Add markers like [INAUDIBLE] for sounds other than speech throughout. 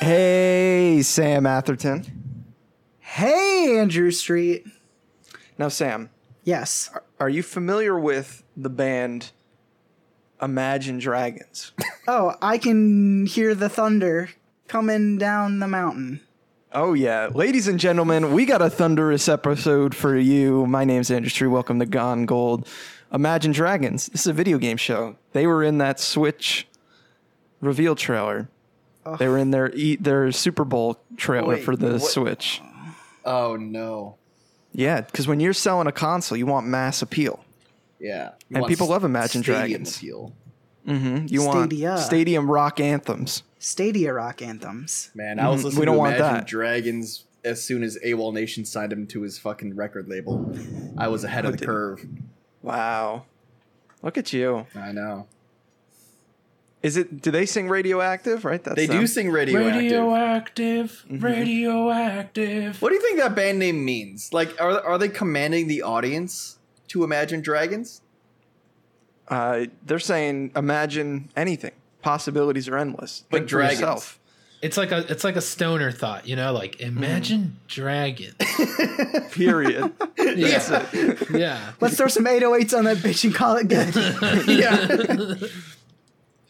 Hey, Sam Atherton. Hey, Andrew Street. Now, Sam, Yes. are you familiar with the band Imagine Dragons? Oh, I can hear the thunder coming down the mountain. [LAUGHS] Oh, yeah. Ladies and gentlemen, we got a thunderous episode for you. My name's Andrew Tree. Welcome to Gone Gold. Imagine Dragons. This is a video game show. They were in that Switch reveal trailer. They were in their e- their Super Bowl trailer Wait, for the what- Switch. Oh no. Yeah, because when you're selling a console, you want mass appeal. Yeah. And people love Imagine Dragons. Appeal. Mm-hmm. You Stadia. want stadium rock anthems. Stadia rock anthems. Man, I was Mhm, listening we don't to want Imagine that. Dragons as soon as AWOL Nation signed him to his fucking record label. I was ahead of the did- curve. Wow. Look at you. I know. Is it? Do they sing radioactive? Right. That's They them. do sing radioactive. Radioactive, Mm-hmm. radioactive. What do you think that band name means? Like are are they commanding the audience to Imagine Dragons? Uh, they're saying imagine anything. Possibilities are endless. But Think for dragons. [LAUGHS] yourself. It's like a it's like a stoner thought, you know, like imagine Mm-hmm. [LAUGHS] dragons. Period. Yeah. yeah. Let's throw some 808s on that bitch and call it [LAUGHS] good. Yeah. [LAUGHS]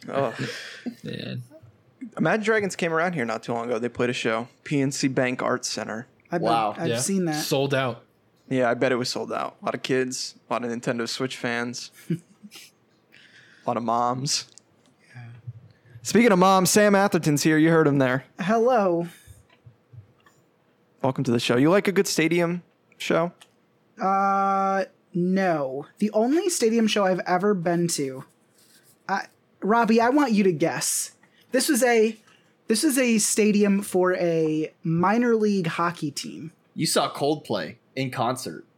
[LAUGHS] oh. Man. Imagine Dragons came around here not too long ago. They played a show, PNC Bank Arts Center. I've Wow. I've Yeah. seen that. Sold out. Yeah, I bet it was sold out. A lot of kids, a lot of Nintendo Switch [LAUGHS] fans, a lot of moms. Speaking of moms, Sam Atherton's here. You heard him there. Hello. Welcome to the show. You like a good stadium show? Uh, no. The only stadium show I've ever been to. I, Robbie, I want you to guess. This was a this is a stadium for a minor league hockey team. you saw Coldplay in concert. [LAUGHS]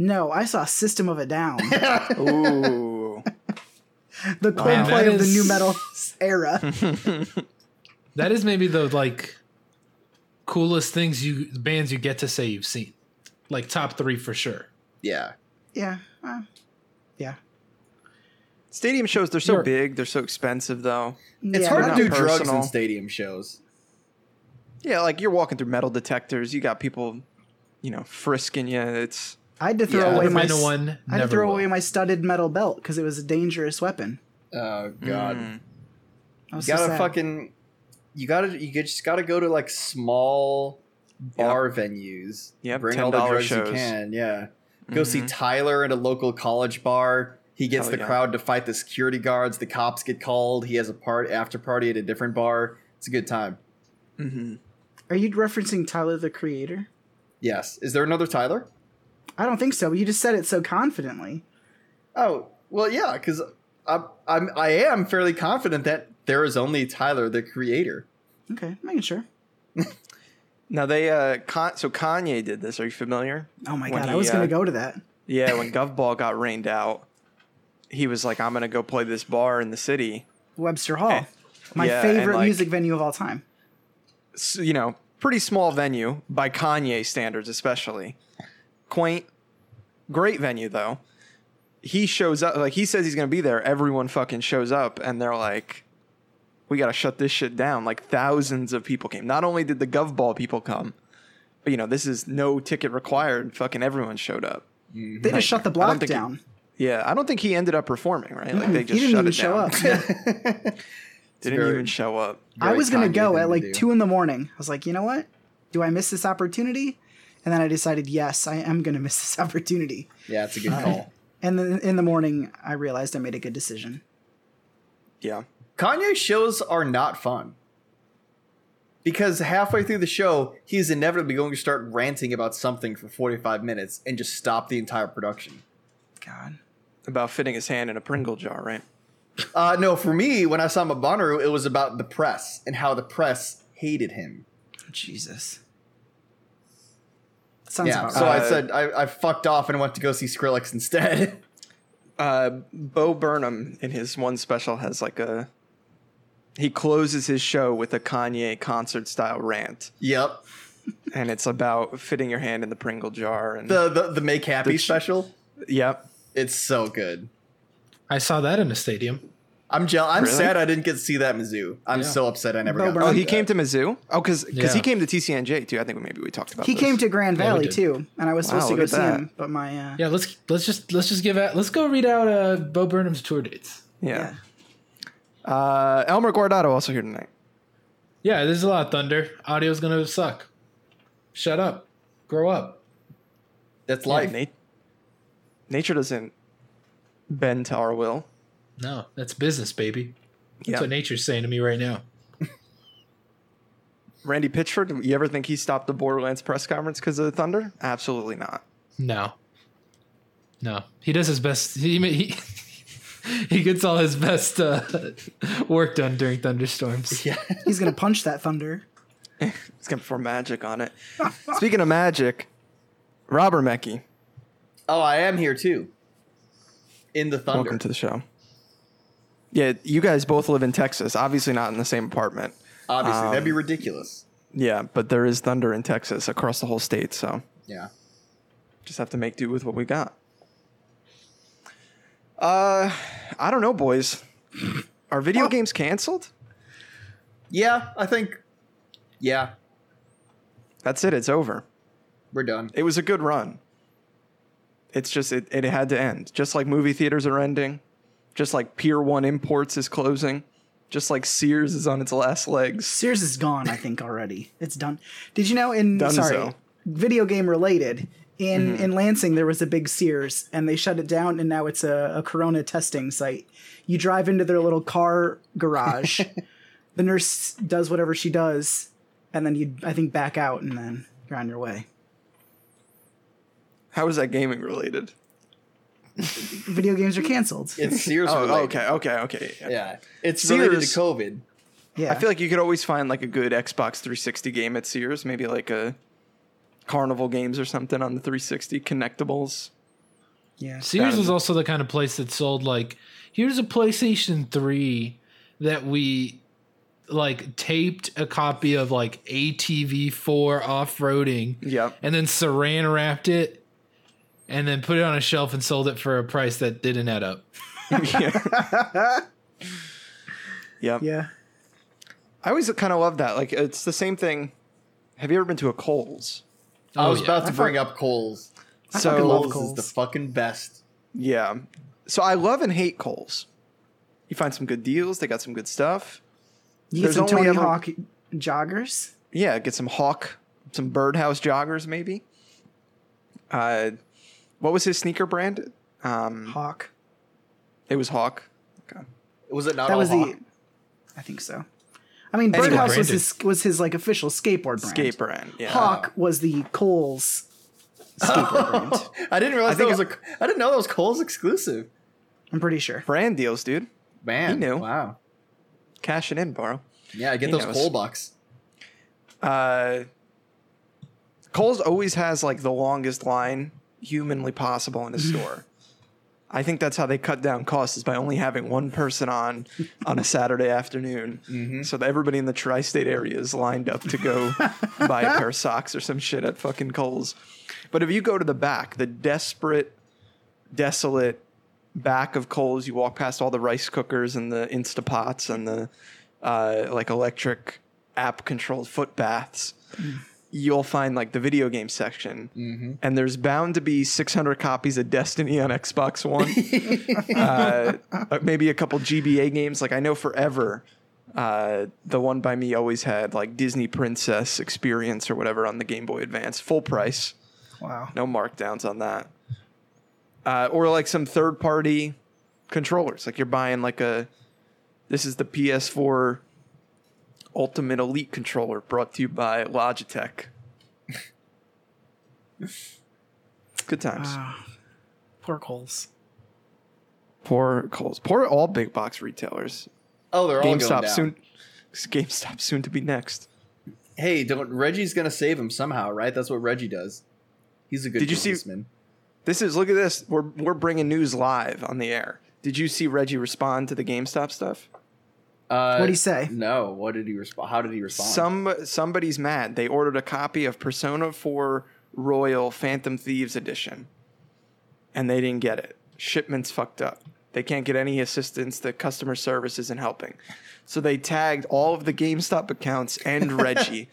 No, I saw System of a Down. Oh. Ooh. the Wow. Coldplay That of the is- new metal [LAUGHS] era. That is maybe the like coolest things you bands you get to say you've seen. Like top three for sure. Yeah. yeah, uh, yeah. stadium shows, they're so You're- big, they're so expensive, though. It's yeah, hard to no. not do drugs personal. in stadium shows. Yeah, like you're walking through metal detectors, you got people, you know, frisking you. It's I had to throw Yeah, away Never my been to s- one, I had to never throw will. away my studded metal belt because it was a dangerous weapon. Oh god. Mm. I was You so gotta sad. fucking you gotta you just gotta go to like small bar venues Yep, bring all the $10 drugs shows. you can yeah go see mm-hmm. tyler at a local college bar he gets Hell the yeah. crowd to fight the security guards the cops get called he has a part after party at a different bar it's a good time Mm-hmm. Are you referencing Tyler the Creator? yes is there another tyler I don't think so. But you just said it so confidently. oh well yeah because I'm, I'm i am fairly confident that there is only tyler the creator [LAUGHS] Okay, making sure. Now they uh, Con- so Kanye did this. Are you familiar? Oh my When god, I he, was uh, gonna go to that. Yeah, when Govball got rained out, he was like, "I'm gonna go play this bar in the city." Webster Hall, eh, my yeah, and, favorite like- music venue of all time. S you know, pretty small venue by Kanye standards, especially. Quaint, great venue though. He shows up like he says he's gonna be there. Everyone fucking shows up, and they're like, "We gotta shut this shit down." Like thousands of people came. Not only did the Govball people come, but you know, this is no ticket required. Fucking everyone showed up. They just shut the I don't block think he- down. Yeah, I don't think he ended up performing, right? Like they [LAUGHS] he just didn't shut even it show down. up. [LAUGHS] [LAUGHS] Didn't very- even show up. I was gonna Kanye go thing at to like do. two in the morning. I was like, you know what? Do I miss this opportunity? And then I decided, yes, I am gonna [LAUGHS] miss this opportunity. yeah it's a good call And then in the morning, I realized I made a good decision. Yeah. Kanye shows are not fun. Because halfway through the show, he's inevitably going to start ranting about something for 45 minutes and just stop the entire production. God, About fitting his hand in a Pringle jar, right? Uh, no, for me, when I saw Mabanru, it was about the press and how the press hated him. Jesus. Sounds yeah, about so right. I Uh, said I, I fucked off and went to go see Skrillex instead. [LAUGHS] Uh, Bo Burnham in his one special has like a. He closes his show with a Kanye concert style rant, yep. and it's about fitting your hand in the Pringle jar. And The, the, the Make Happy The ch- special, yep, it's so good. I saw that in a stadium. I'm jealous. I'm Really? sad I didn't get to see that Mizzou. I'm Yeah. so upset I never Bo got. Burnham. Oh, to see he that. came to Mizzou. Oh, because Yeah. he came to TCNJ too. I think maybe we talked about. He this. came to Grand Yeah, we Valley did. too, and I was Wow, supposed to go look see at that. him, but my uh, Yeah, let's let's just let's just give out. Let's go read out uh, Bo Burnham's tour dates. Yeah. Uh, Elmer Guardado also here tonight. Yeah, there's a lot of thunder. Audio's gonna suck. Shut up. Grow up. That's life. Yeah, nat- nature doesn't bend to our will. No, that's business, baby. That's Yeah. what nature's saying to me right now. Randy Pitchford, you ever think he stopped the Borderlands press conference because of the Thunder? Absolutely not. No. No. He does his best. He he, [LAUGHS] he gets all his best uh, [LAUGHS] work done during thunderstorms. Yeah. he's gonna punch that thunder. It's going to perform magic on it. Speaking of magic, Rob Mecki, Oh, I am here too. In the thunder. welcome to the show. Yeah, you guys both live in Texas, obviously not in the same apartment. Obviously, Um, that'd be ridiculous. Yeah, but there is thunder in Texas across the whole state, so Yeah. just have to make do with what we got. Uh, I don't know, boys. Are video games canceled? Yeah, I think. Yeah, That's it. It's over. we're done. It was a good run. It's just it, it had to end. Just like movie theaters are ending, just like Pier One Imports is closing, just like Sears is on its last legs. Sears is gone, I think already. It's done. Did you know in Dunzo. sorry, video game related in Mm-hmm. in Lansing there was a big Sears and they shut it down and now it's a, a Corona testing site. You drive into their little car [LAUGHS] garage, the nurse does whatever she does, and then you I think back out and then you're on your way. How is that gaming related? Video games are canceled. [LAUGHS] It's Sears. Oh, related. okay, okay, okay. yeah. Yeah, it's related to Sears- COVID. yeah, I feel like you could always find like a good Xbox 360 game at Sears, maybe like a Carnival Games or something on the 360 connectables. yeah. Sears That- was also the kind of place that sold like, here's a PlayStation 3 that we like taped a copy of like ATV 4 off-roading Yep. [LAUGHS] and then saran wrapped it and then put it on a shelf and sold it for a price that didn't add up. yeah. yep. Yeah. I always kind of love that. Like it's the same thing. Have you ever been to a Kohl's? I Oh, was yeah. about to bring up Coles. I So- fucking love Coles is the Kohl's. fucking best. Yeah. So I love and hate Kohl's. You find some good deals. They got some good stuff. You get There's some only Tony ever- Hawk joggers. Yeah, get some Hawk, some Birdhouse joggers maybe. Uh, what was his sneaker brand? Um, Hawk. it was Hawk. Okay. Was it not that all was hawk? the I think so. I mean, Anyway, Birdhouse was branded. his was his like official skateboard brand. Skate brand. Yeah. Hawk was the Coles [LAUGHS] skateboard brand. I didn't realize I that think was a. I didn't know that was Coles exclusive. I'm pretty sure. Brand deals, dude. Man, He knew. Wow. Cash it in, borrow. Yeah, get He those knows. Cole bucks. Uh, Kohl's always has like the longest line humanly possible in a store. I think that's how they cut down costs is by only having one person on on a Saturday afternoon, so that everybody in the tri-state area is lined up to go buy a pair of socks or some shit at fucking Kohl's. But if you go to the back, the desperate, desolate back of Kohl's, you walk past all the rice cookers and the Instapots and the uh, like electric app controlled foot baths, you'll find like the video game section. And there's bound to be 600 copies of Destiny on Xbox One, uh, uh, maybe a couple GBA games. Like I know forever. Uh, the one by me always had like Disney Princess Experience or whatever on the Game Boy Advance, full price Wow. no markdowns on that. Uh, or like some third party controllers. Like you're buying like a this is the PS4 Ultimate Elite controller brought to you by Logitech. [LAUGHS] Good times. Ah, poor Coles. poor Coles. Poor all big box retailers. Oh, they're all going GameStop down. soon. [LAUGHS] GameStop soon to be next. Hey, don't Reggie's gonna save him somehow, right? That's what Reggie does. He's a good Did you see- businessman. This is look at this. We're we're bringing news live on the air. Did you see Reggie respond to the GameStop stuff? Uh, What'd he say? No. What did he respond? How did he respond? Some somebody's mad. They ordered a copy of Persona 4 Royal Phantom Thieves edition and they didn't get it. Shipments fucked up. They can't get any assistance. The customer service isn't helping. So they tagged all of the GameStop accounts and Reggie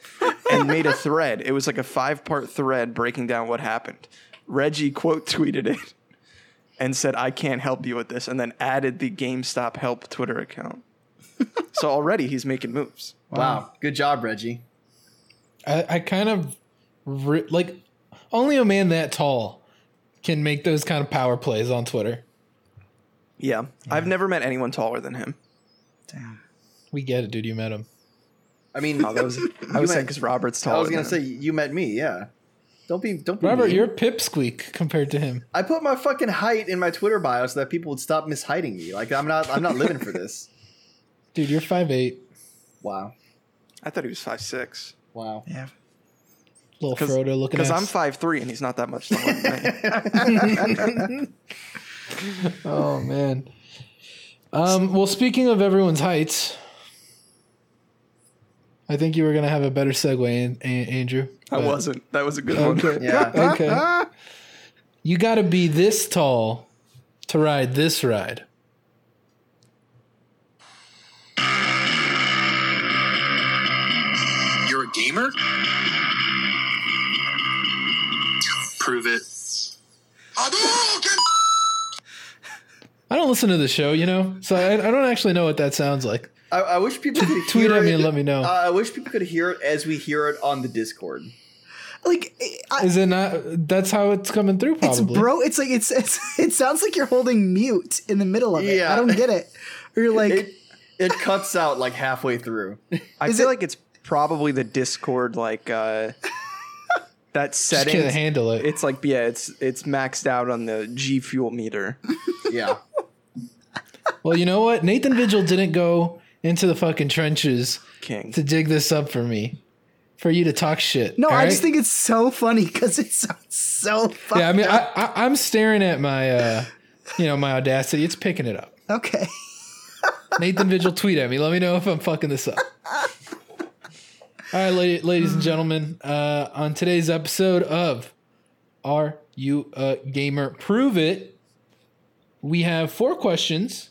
and made a thread. It was like a five part thread breaking down what happened. Reggie quote tweeted it and said, I can't help you with this, and then added the GameStop help Twitter account. so already he's making moves. Wow. Good job, Reggie. I, I kind of re- like only a man that tall can make those kind of power plays on Twitter. Yeah. I've never met anyone taller than him. Damn. We get it, dude. You met him. I mean, Oh, that was I [LAUGHS] You was saying met- because Robert's taller. I was gonna than say him. you met me. Yeah. Don't be. Don't be. Robert, mean. you're a pipsqueak compared to him. I put my fucking height in my Twitter bio so that people would stop mishiding me. Like I'm not. I'm not living for [LAUGHS] this. Dude, you're five eight. Wow. I thought he was five six. Wow. Yeah. Little Cause- Frodo looking Because at I'm five three and he's not that much taller than me. Oh man. Um, well, speaking of everyone's heights, I think you were gonna have a better segue, An- A- Andrew. I but- wasn't. That was a good one. Okay. Yeah. Okay. You got to be this tall to ride this ride. You're a gamer? Prove it. I don't listen to the show, you know, so I, I don't actually know what that sounds like. I, I wish people could [LAUGHS] Tweet hear at me it. and let me know. Uh, I wish people could hear it as we hear it on the Discord. Like I, Is it not? That's how it's coming through. it's Probably. bro. It's like it's, it's [LAUGHS] it sounds like you're holding mute in the middle of it. Yeah. I don't get it. Or you're like It it cuts out like halfway through. I Is feel it- like it's probably the Discord like uh that Just setting. can't handle it. It's like yeah, it's it's maxed out on the G fuel meter. [LAUGHS] Yeah. Well, you know what? Nathan Vigil didn't go into the fucking trenches King. to dig this up for me, for you to talk shit. no. all I right? just think it's so funny because it sounds so funny. Yeah, I mean, I, I I'm staring at my, uh, you know, my audacity. It's picking it up. okay. Nathan Vigil, tweet at me. Let me know if I'm fucking this up. All right, lady, ladies and gentlemen, uh, on today's episode of Are You a Gamer? Prove It, we have four questions,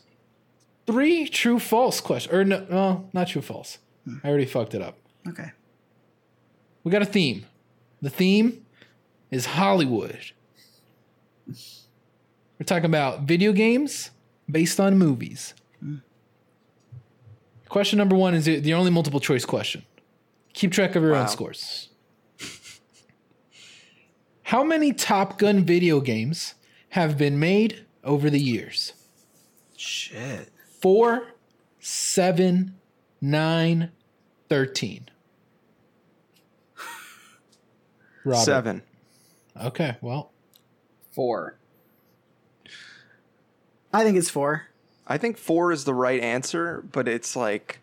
three true false questions, or no, no, not true false. I already fucked it up. Okay. We got a theme. The theme is Hollywood. We're talking about video games based on movies. Question number one is the the only multiple choice question. Keep track of your Wow. own scores. How many Top Gun video games have been made over the years? Shit. Four, seven, nine, [LAUGHS] thirteen. Robert. Seven. Okay, well, Four. I think it's four. I think four is the right answer, but it's like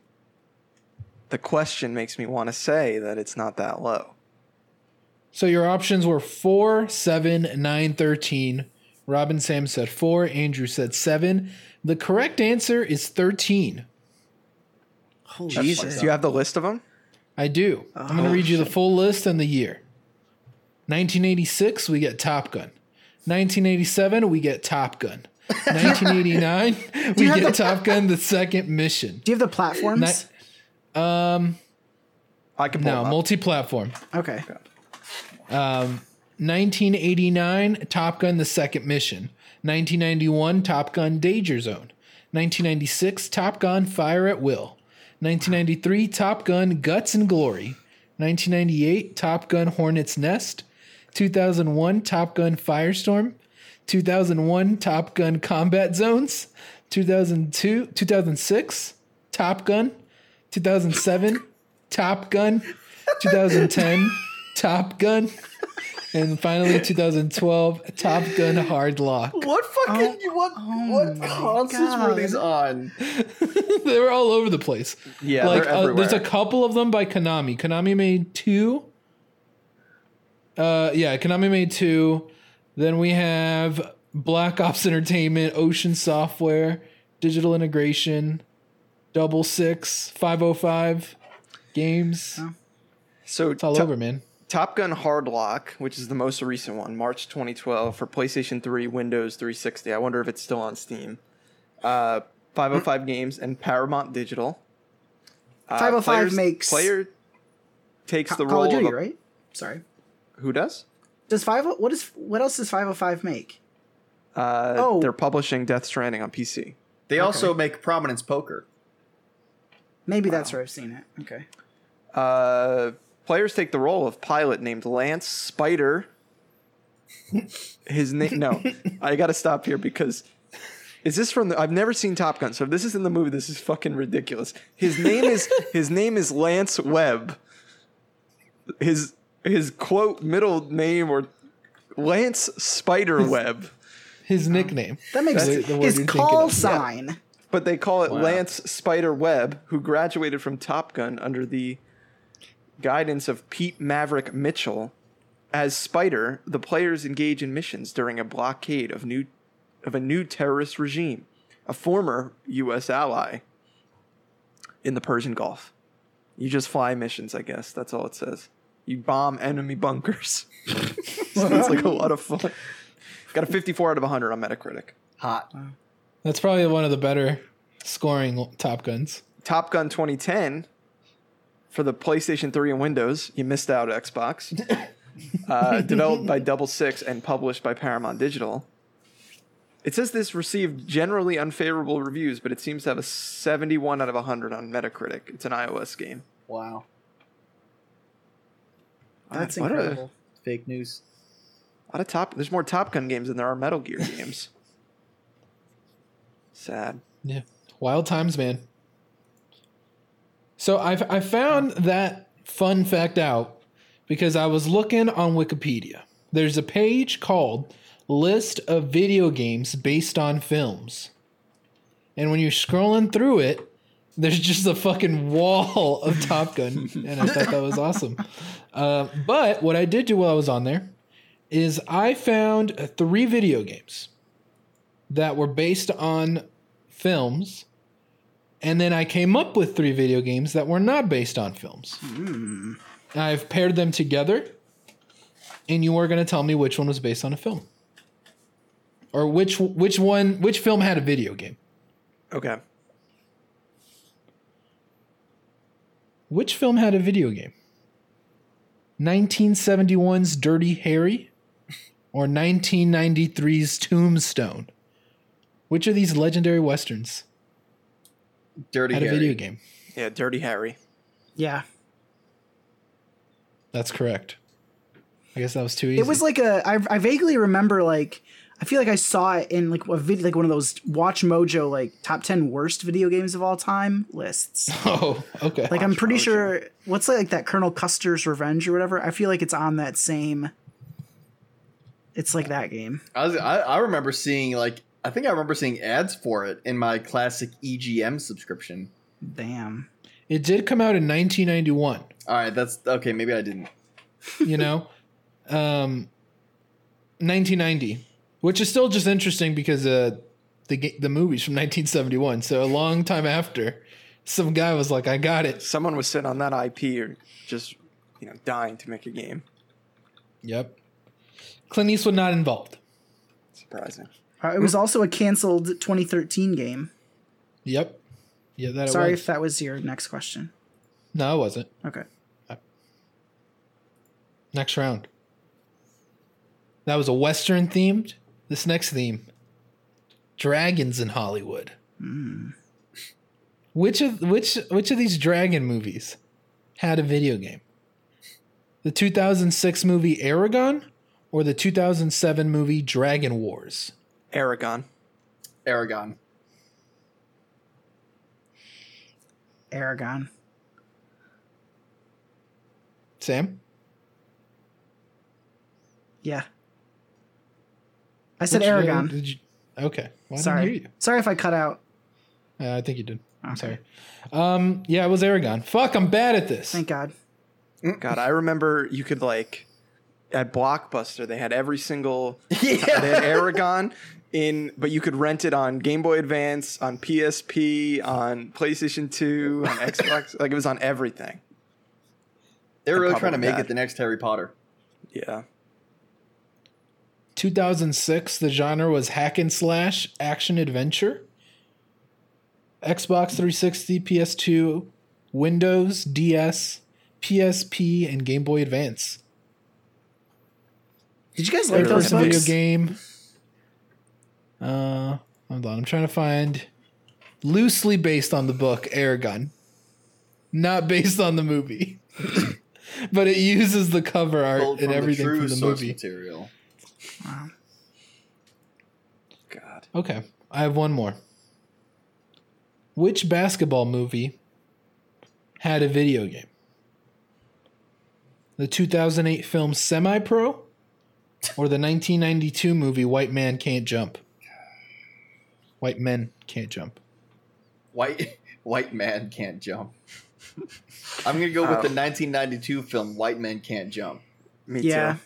the question makes me want to say that it's not that low. so your options were four, seven, nine, thirteen. Robin Sam said four. Andrew said seven. The correct answer is thirteen. Holy Jesus, do you have the list of them? I do. I'm going to Oh, read you the full list and the year. 1986, we get Top Gun. 1987, we get Top [LAUGHS] Gun. 1989, we have get the- Top Gun: The Second Mission. Do you have the platforms? Ni- um, I can pull no, them up. multi-platform. okay. 1989, Top Gun: The Second Mission. 1991, Top Gun: Danger Zone. 1996, Top Gun: Fire at Will. 1993, Top Gun: Guts and Glory. 1998, Top Gun: Hornet's Nest. 2001, Top Gun: Firestorm. 2001, Top Gun: Combat Zones. 2002, 2006, Top Gun. 2007, Top Gun. 2010, Top Gun. And finally, 2012, Top Gun Hard Lock. [LAUGHS] What Oh, fucking what what consoles were God. these on? they were all over the place. yeah, like, they're uh, everywhere. there's a couple of them by Konami. Konami made two. Uh, yeah, Konami made two. Then we have Black Ops Entertainment, Ocean Software, Digital Integration, Double Six, 505 Games. so It's all to- over, man. Top Gun Hard Lock, which is the most recent one, March 2012 for PlayStation 3, Windows 360. I wonder if it's still on Steam. uh, 505 Games, and Paramount Digital. Uh, 505 players- makes- player takes the Call role of Duty, of a- right? Sorry. who does? Does five? oh, What is? What else does 505 make? Uh, Oh. they're publishing Death Stranding on PC. They also make Prominence Poker. Maybe that's where I've seen it. Okay. Uh, players take the role of pilot named Lance Spider. His name? No, I got to stop here because is this from the? I've never seen Top Gun, so if this is in the movie, this is fucking ridiculous. His name is his name is Lance Webb. His his quote middle name or Lance Spider Web, His Um, nickname. That makes That's the word his you're thinking call of. sign. but they call it Lance Spider Webb, who graduated from Top Gun under the guidance of Pete Maverick Mitchell. As Spider, the players engage in missions during a blockade of new of a new terrorist regime, a former U.S. ally in the Persian Gulf. You just fly missions, I guess. That's all it says. You bomb enemy bunkers. [LAUGHS] Sounds like a lot of fun. Got a 54 out of 100 on Metacritic. Hot. That's probably one of the better scoring Top Guns. Top Gun 2010 for the PlayStation 3 and Windows. You missed out, Xbox. [LAUGHS] uh, developed by Double Six and published by Paramount Digital. It says this received generally unfavorable reviews, but it seems to have a 71 out of 100 on Metacritic. It's an iOS game. Wow. That's What a- incredible. Fake news. A lot of Top. There's more Top Gun games than there are Metal Gear [LAUGHS] games. Sad. Yeah. Wild times, man. So I've I found that fun fact out because I was looking on Wikipedia. There's a page called List of Video Games Based on Films. And when you're scrolling through it, there's just a fucking wall [LAUGHS] of Top Gun. and I thought that was awesome. Uh, but what I did do while I was on there is I found uh, three video games that were based on films, and then I came up with three video games that were not based on films. Hmm. I've paired them together, and you are going to tell me which one was based on a film, or which which one which film had a video game. Okay. Which film had a video game? 1971's Dirty Harry or 1993's Tombstone? Which of these legendary westerns Dirty had a Harry. video game? Yeah, Dirty Harry. Yeah. That's correct. I guess that was too easy. It was like a. I, I vaguely remember like. I feel like I saw it in like a video, like one of those Watch Mojo like top ten worst video games of all time lists. [LAUGHS] [LAUGHS] oh, okay. Like I'm pretty sure what's like that Colonel Custer's Revenge or whatever. I feel like it's on that same. It's like that game. I, was, I, I remember seeing, like, I think I remember seeing ads for it in my classic EGM subscription. Damn. it did come out in 1991. All right, that's okay. Maybe I didn't. you [LAUGHS] know um 1990 which is still just interesting because uh the ga- the movie's from 1971 so a long time after some guy was like i got it Someone was sitting on that IP or just, you know, dying to make a game. yep clint eastwood not involved Surprising. Uh, It Hmm. was also a canceled 2013 game. yep yeah that it Sorry was. if that was your next question. no it wasn't Okay. next round that was a western themed this next theme dragons in hollywood Mm, which of which which of these dragon movies had a video game the 2006 movie aragon or the 2007 movie dragon wars Aragon. Aragon. Aragon. sam Yeah. I said Which- uh, Aragon. did you- okay well, I didn't Sorry. hear Sorry if I cut out. you. Uh, i think you did i'm Okay. sorry um yeah it was aragon fuck i'm bad at this Thank God. God, I remember you could like at Blockbuster they had every [LAUGHS] single they had Aragon in, but you could rent it on Game Boy Advance, on PSP, on PlayStation Two, [LAUGHS] on Xbox. like it was on everything. They were really Probably trying to make bad. it the next Harry Potter. Yeah, 2006 the genre was hack and slash action adventure Xbox 360, PS2, Windows, DS, PSP, and Game Boy Advance. Did you guys like Every those fucking video books? game. Uh, hold on. I'm trying to find loosely based on the book Aragon, not based on the movie, [LAUGHS] but it uses the cover Pulled art from and the everything true from the source movie. material. God. Okay, I have one more. Which basketball movie had a video game? The 2008 film Semi Pro or the 1992 movie White Man Can't Jump? White Men Can't Jump. White [LAUGHS] White Man Can't [LAUGHS] Jump. I'm gonna go with the 1992 film White Man Can't Jump. Me Yeah. too.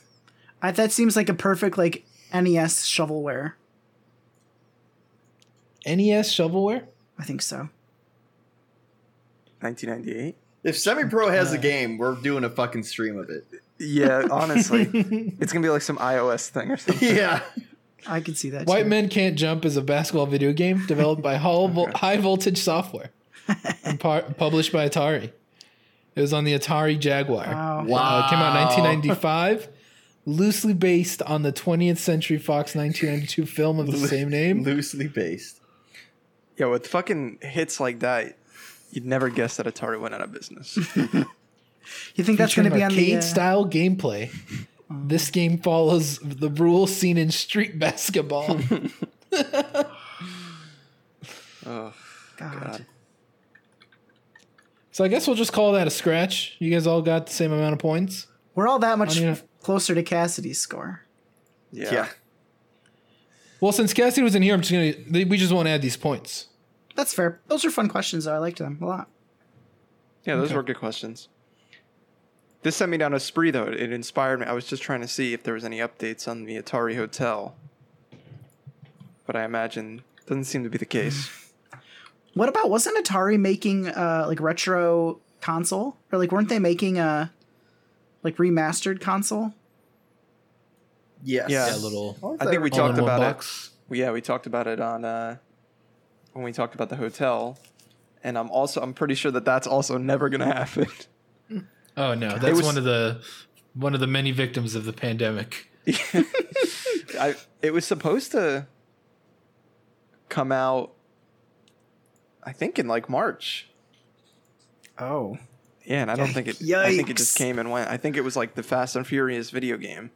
I, that seems like a perfect like NES shovelware. NES E shovelware? I think so. 1998. If Semi Pro has a game, we're doing a fucking stream of it. Yeah, [LAUGHS] honestly, it's gonna be like some iOS thing or something. yeah. I could see that. White too. Men Can't Jump is a basketball video game developed by Hall Vol- High Voltage Software and par- published by Atari. It was on the Atari Jaguar. Wow. Wow. Uh, it came out in 1995, loosely based on the 20th Century Fox 1992 film of the same [LAUGHS] name. Loosely based. Yo, with fucking hits like that, you'd never guess that Atari went out of business. You think that's going to be on the uh, arcade-style gameplay. This game follows the rules seen in street basketball. oh, God. God. so I guess we'll just call that a scratch. You guys all got the same amount of points. We're all that much I mean, closer to Cassidy's score. Yeah. Well, since Cassidy was in here, I'm just gonna they- we just won't add these points. That's fair. Those are fun questions, though. I liked them a lot. Yeah, those were good questions. This sent me down a spree, though. It inspired me. I was just trying to see if there was any updates on the Atari Hotel, but I imagine doesn't seem to be the case. What about wasn't Atari making uh like retro console or like weren't they making a like remastered console? Yes. Yeah. Yeah, little. I think we All in talked one about box. it. Yeah, we talked about it on uh, when we talked about the hotel, and I'm also I'm pretty sure that that's also never gonna happen. [LAUGHS] Oh no, that's was- one of the one of the many victims of the pandemic. [LAUGHS] I it was supposed to come out I think in like March. Oh. Yeah, and I don't think it I think it just Yikes. came and went. I think it was like the Fast and Furious video game.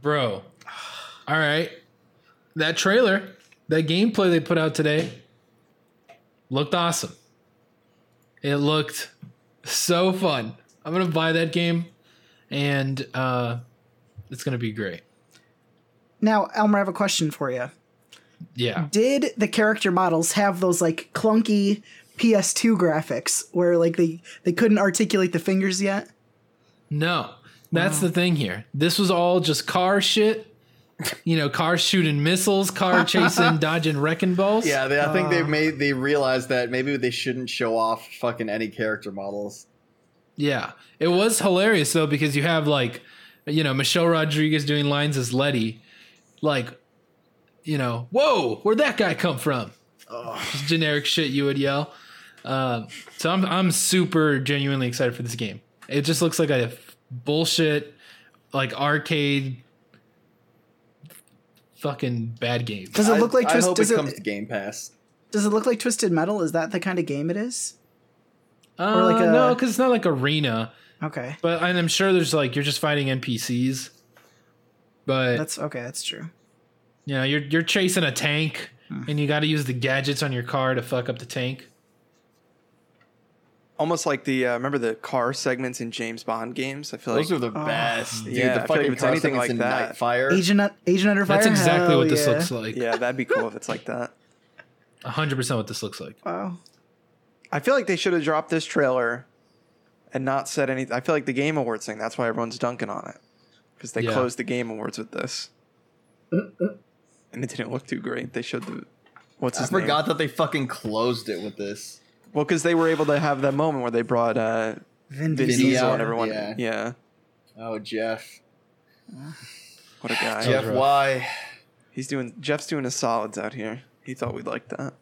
Bro. All right. That trailer, that gameplay they put out today looked awesome. It looked so fun. I'm going to buy that game and uh it's going to be great. Now, Elmer, I have a question for you. Yeah. Did the character models have those like clunky PS2 graphics where like they they couldn't articulate the fingers yet? No. That's the thing here. This was all just car shit. You know, car shooting missiles, car chasing, dodging wrecking balls. Yeah, they, I Uh. think they made they realized that maybe they shouldn't show off fucking any character models. Yeah. It was hilarious though because you have like you know Michelle Rodriguez doing lines as Letty like you know, whoa, where'd that guy come from? Just generic shit you would yell. Uh, so I'm I'm super genuinely excited for this game. It just looks like a f- bullshit like arcade fucking bad game. Does it look like I, I Twist- hope does it it- comes to Game Pass. Does it look like Twisted Metal? Is that the kind of game it is? Uh, or like a- no, because it's not like arena, Okay. but and I'm sure there's like you're just fighting NPCs. But That's okay, that's true. You know, you're you're chasing a tank, and you got to use the gadgets on your car to fuck up the tank. Almost like the uh, remember the car segments in James Bond games? I feel like Those are the ah. best. Dude, Yeah, I the feel like fucking if it's car anything segments like in that- Nightfire. Agent Agent Under Fire. That's exactly Hell what this yeah. looks like. Yeah, that'd be cool if it's like that. hundred percent what this looks like. Wow. I feel like they should have dropped this trailer and not said anything. I feel like the Game Awards thing, that's why everyone's dunking on it. Because they Yeah. closed the Game Awards with this. and it didn't look too great. They showed the. What's I his forgot name? that they fucking closed it with this. Well, because they were able to have that moment where they brought uh, Vin Vin Diesel. Diesel Diesel, and everyone. yeah. Yeah. Oh, Jeff. What a guy. Yeah. Jeff, why? [LAUGHS] He's doing. Jeff's doing his solids out here. He thought we'd like that.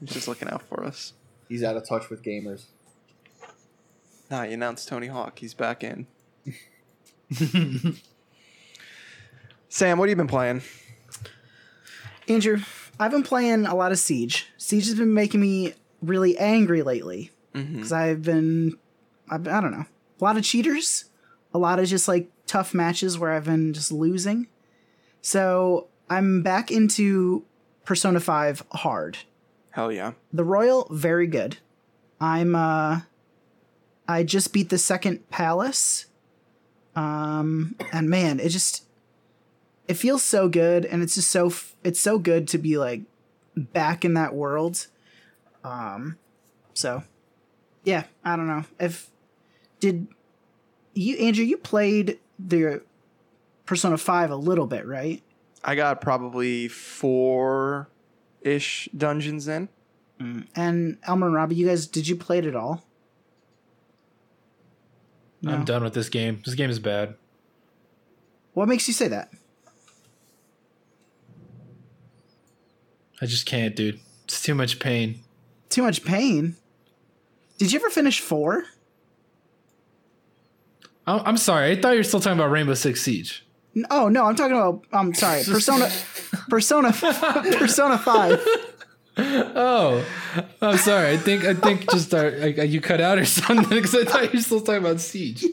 He's just looking out for us. He's out of touch with gamers. Nah, he announced Tony Hawk. He's back in. [LAUGHS] Sam, what have you been playing? Andrew, I've been playing a lot of Siege. Siege has been making me really angry lately because I've been, I've, I don't know, a lot of cheaters, a lot of just like tough matches where I've been just losing. So I'm back into Persona 5 hard. Hell yeah. The Royal, very good. I'm uh I just beat the second palace. Um and man, it just it feels so good and it's just so f- it's so good to be like back in that world. Um so yeah, I don't know. If did you Andrew, you played the Persona 5 a little bit, right? I got probably four ish dungeons in. Mm. And Elmer and Robbie, you guys did you play it at all? I'm No. done with this game. This game is bad. What makes you say that? I just can't, dude. It's too much pain. Too much pain. Did you ever finish four? I- I'm sorry. I thought you were still talking about Rainbow Six Siege. [LAUGHS] N- Oh no, I'm talking about. I'm sorry, Persona, Persona, Persona Five. Oh, I'm sorry. I think I think just uh, I, I- you cut out or [LAUGHS] something because I thought you were still talking about Siege.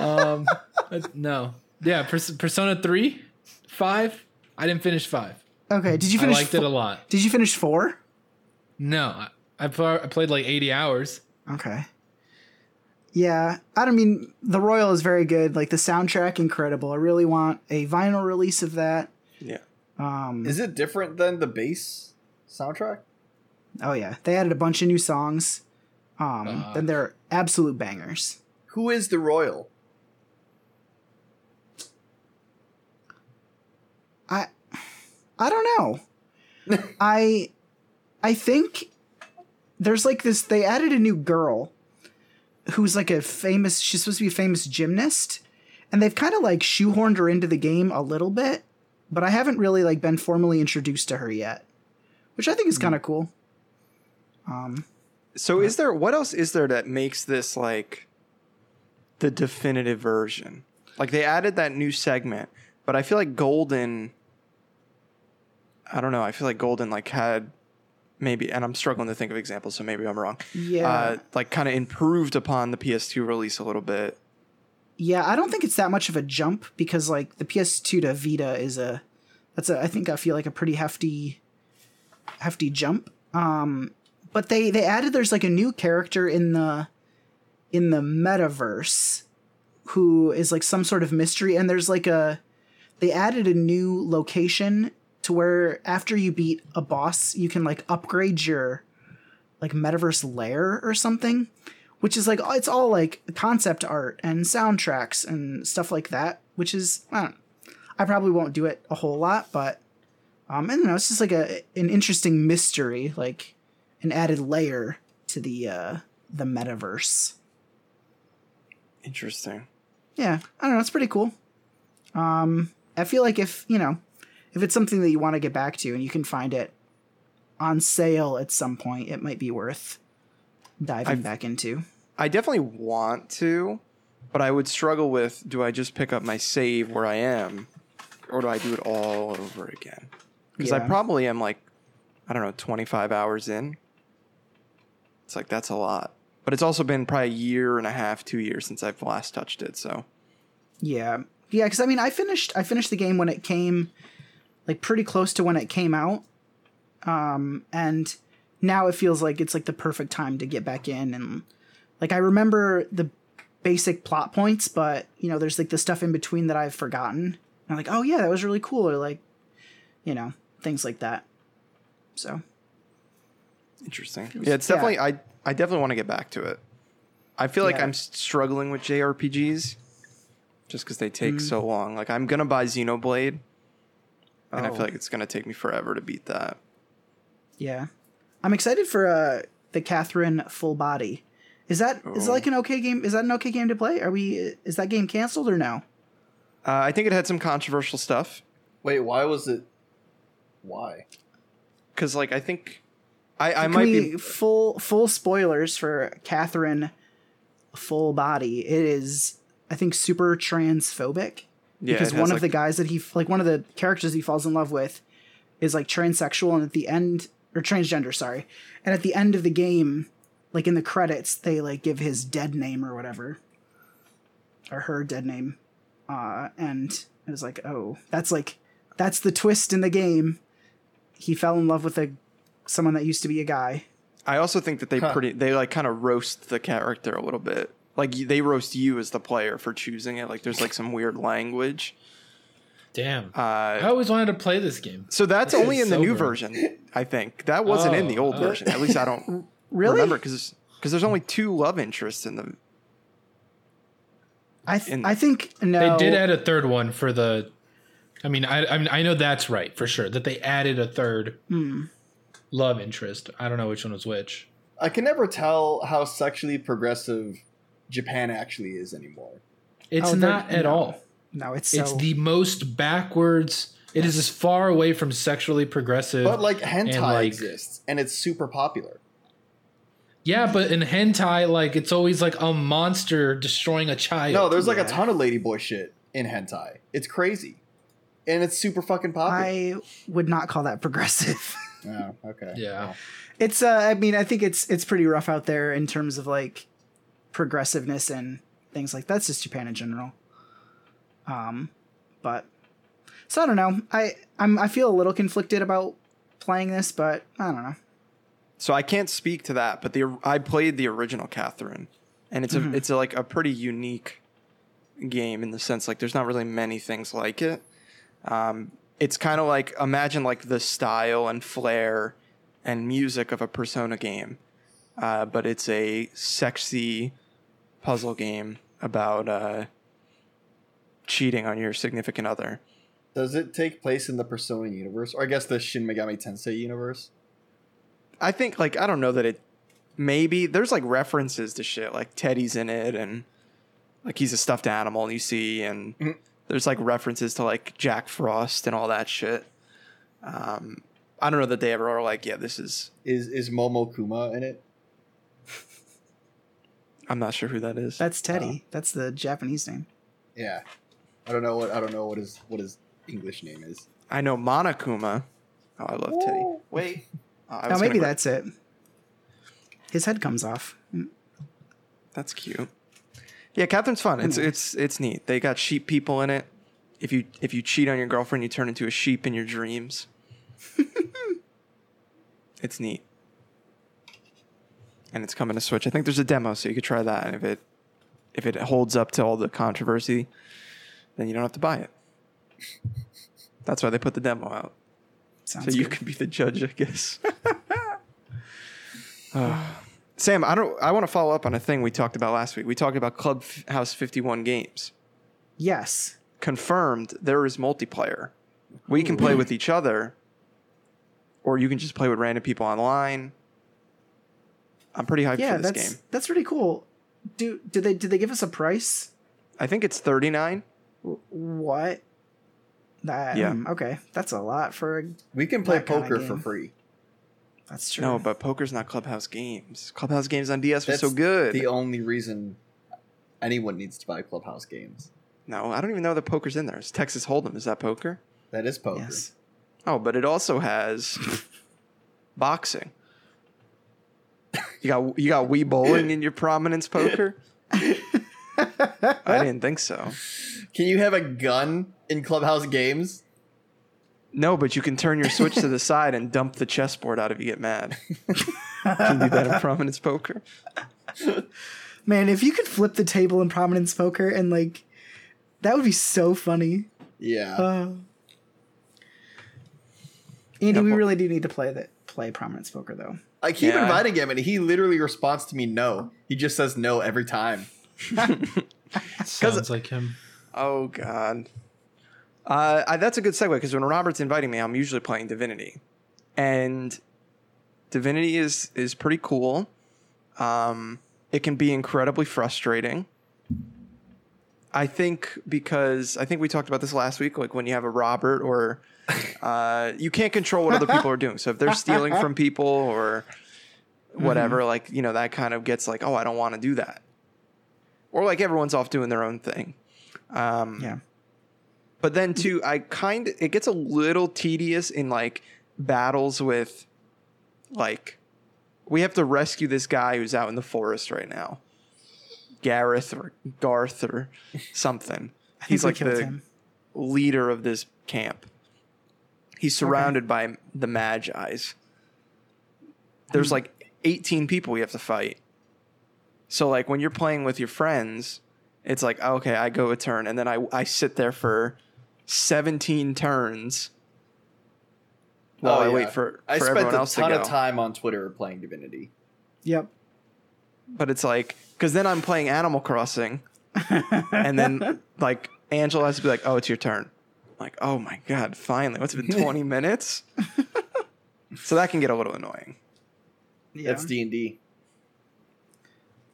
Um, I- no, yeah, Pers- Persona three, five. I didn't finish five. Okay, did you I finish? liked it a lot. Did you finish four? No, I, I, pl- I played like 80 hours. Okay. Yeah, I don't mean the Royal is very good. Like the soundtrack, incredible. I really want a vinyl release of that. Yeah. Um, Is it different than the base soundtrack? oh yeah, they added a bunch of new songs. Um, Fuck. and they're absolute bangers. Who is the royal? I I don't know. [LAUGHS] I I think there's like this they added a new girl who's like a famous she's supposed to be a famous gymnast and they've kind of like shoehorned her into the game a little bit, but I haven't really like been formally introduced to her yet, which I Hmm. think is kind of cool. Um So is there what else is there that makes this like the definitive version? Like they added that new segment, but I feel like Golden I don't know, I feel like Golden like had maybe and I'm struggling to think of examples, so maybe I'm wrong. yeah. Uh like kind of improved upon the PS2 release a little bit. Yeah, I don't think it's that much of a jump because like the PS2 to Vita is a that's a I think I feel like a pretty hefty hefty jump. Um but they they added there's like a new character in the in the metaverse who is like some sort of mystery and there's like a they added a new location to where after you beat a boss you can like upgrade your like metaverse lair or something which is like it's all like concept art and soundtracks and stuff like that which is i don't i probably won't do it a whole lot but um i don't know it's just like a an interesting mystery like an added layer to the uh the metaverse Interesting. yeah i don't know it's pretty cool um i feel like if you know if it's something that you want to get back to and you can find it on sale at some point it might be worth diving I've- back into I definitely want to, but I would struggle with do I just pick up my save where I am or do I do it all over again? Because I Yeah. probably am like, I don't know, 25 hours in. It's like, that's a lot. But it's also been probably a year and a half, two years since I've last touched it. So Yeah. Yeah, because I mean I finished I finished the game when it came like pretty close to when it came out. Um and now it feels like it's like the perfect time to get back in and like I remember the basic plot points, but you know, there's like the stuff in between that I've forgotten. And I'm like, oh yeah, that was really cool, or like you know, things like that. So interesting. Yeah, it's Yeah. definitely, I, I definitely want to get back to it. I feel like Yeah. I'm s- struggling with JRPGs just because they take so long. Like, I'm going to buy Xenoblade. And I Oh. feel like it's going to take me forever to beat that. yeah. I'm excited for uh the Catherine full body. Is that is that Oh. like an okay game? Is that an okay game to play? Are we is that game canceled or no? Uh, I think it had some controversial stuff Wait, why was it? Why? because, like, I think I, I Can might we be full full spoilers for Catherine full body. It is I think super transphobic yeah, because it has, one of like- the guys that he like one of the characters he falls in love with is like transsexual and at the end or transgender, sorry. And at the end of the game, like in the credits, they like give his dead name or whatever. Or her dead name. Uh and it was like, oh, that's like that's the twist in the game. He fell in love with a someone that used to be a guy. I also think that they Huh. pretty they like kind of roast the character a little bit. Like y- they roast you as the player for choosing it. Like there's like some weird language. Damn. I Uh, always wanted to play this game. so that's This only is in the new sobering. version, I think. That wasn't in the Oh, old uh, version. At least I [LAUGHS] don't Really? remember because there's only two love interests in the I th- in- I think no. They did add a third one for the. I mean, I, I mean, I know that's right for sure that they added a third Hmm. love interest. I don't know which one was which. I can never tell how sexually progressive Japan actually is anymore. It's Oh, they're- not at no. all. No, it's so It's the most backwards. It is as far away from sexually progressive. But like hentai like- exists and it's super popular. yeah, but in hentai, like it's always like a monster destroying a child. No, there's like a yeah. ton of ladyboy shit in hentai. It's crazy. And it's super fucking popular. I would not call that [LAUGHS] progressive. Oh, okay. Yeah. it's uh I mean, I think it's it's pretty rough out there in terms of like progressiveness and things like that's just Japan in general. Um but so I don't know. I I'm I feel a little conflicted about playing this, but I don't know. So I can't speak to that, but the I played the original Catherine, and it's Mhm. a it's a, like a pretty unique game in the sense like there's not really many things like it. Um, it's kind of like imagine like the style and flair and music of a Persona game, uh, but it's a sexy puzzle game about uh, cheating on your significant other. Does it take place in the Persona universe? Or I guess the Shin Megami Tensei universe? I think like I don't know that it maybe there's like references to shit like Teddy's in it and like he's a stuffed animal you see and Mhm. there's like references to like Jack Frost and all that shit. Um I don't know that they ever are like yeah this is Is is Momo Kuma in it? I'm not sure who that is. That's Teddy. Oh. that's the Japanese name. Yeah. I don't know what I don't know what his what his English name is. I know Monokuma. Oh I love Teddy. Wait. Oh, I Oh, was maybe gonna go- that's it. His head comes off. Mm, That's cute. Yeah, Catherine's fun. It's it's it's neat. They got sheep people in it. If you if you cheat on your girlfriend, you turn into a sheep in your [LAUGHS] dreams. it's neat. And it's coming to Switch. I think there's a demo, so you could try that. And if it if it holds up to all the controversy, then you don't have to buy [LAUGHS] it. That's why they put the demo out. Sounds So you good. can be the judge, I [LAUGHS] guess. [SIGHS] Ah. Sam, I don't. I want to follow up on a thing we talked about last week. We talked about Clubhouse 51 games. Yes. Confirmed, there is multiplayer. We can play with each other, or you can just play with random people online. I'm pretty hyped yeah, for this that's game. that's really cool. Do did they did they give us a price? I think it's 39. W- What? That, Yeah. um, okay, that's a lot for. a- We can play That kinda poker for game. free. That's true. No, but poker's not Clubhouse games. Clubhouse games on DS That's was so good. The only reason anyone needs to buy Clubhouse games. no, I don't even know the poker's in there. It's Texas Hold'em. Is that poker? That is poker. yes, Oh, but it also has [LAUGHS] boxing. You got you got Wii bowling in your prominence poker. I didn't think so. Can you have a gun in Clubhouse games? No, but you can turn your switch to the side and dump the chessboard out if you get mad. can you do that in prominence poker? man, if you could flip the table in Prominence Poker and like, that would be so funny. Yeah. Uh, Andy, Yeah, we well- really do need to play that play Prominence Poker though. I keep Yeah. inviting him, and he literally responds to me no. He just says no every time. Sounds like him. Oh God, uh, I, that's a good segue because when Robert's inviting me, I'm usually playing Divinity, and Divinity is is pretty cool. Um, it can be incredibly frustrating. I think because I think we talked about this last week. Like when you have a Robert [LAUGHS] or uh, you can't control what other people are doing. So if they're stealing from people or Mm-hmm. whatever, like you know that kind of gets like, oh, I don't want to do that, or like everyone's off doing their own thing. Um, Yeah. But then too, I kind it gets a little tedious in like battles with like we have to rescue this guy who's out in the forest right now. Gareth or Garth or something. [LAUGHS] I think He's we like killed the him. leader of this camp. He's surrounded by the Magi's. Hmm. There's like 18 people you have to fight. So like when you're playing with your friends, it's like okay, I go a turn and then I I sit there for 17 turns while Oh, I yeah. wait for, for I spent everyone a else to ton go. of time on Twitter playing Divinity. Yep. but it's like because then I'm playing Animal Crossing, and then like Angela has to be like, "Oh, it's your turn." I'm like, oh my god, finally! What's it [LAUGHS] been twenty minutes? so that can get a little annoying. [LAUGHS] Yeah. That's D and D.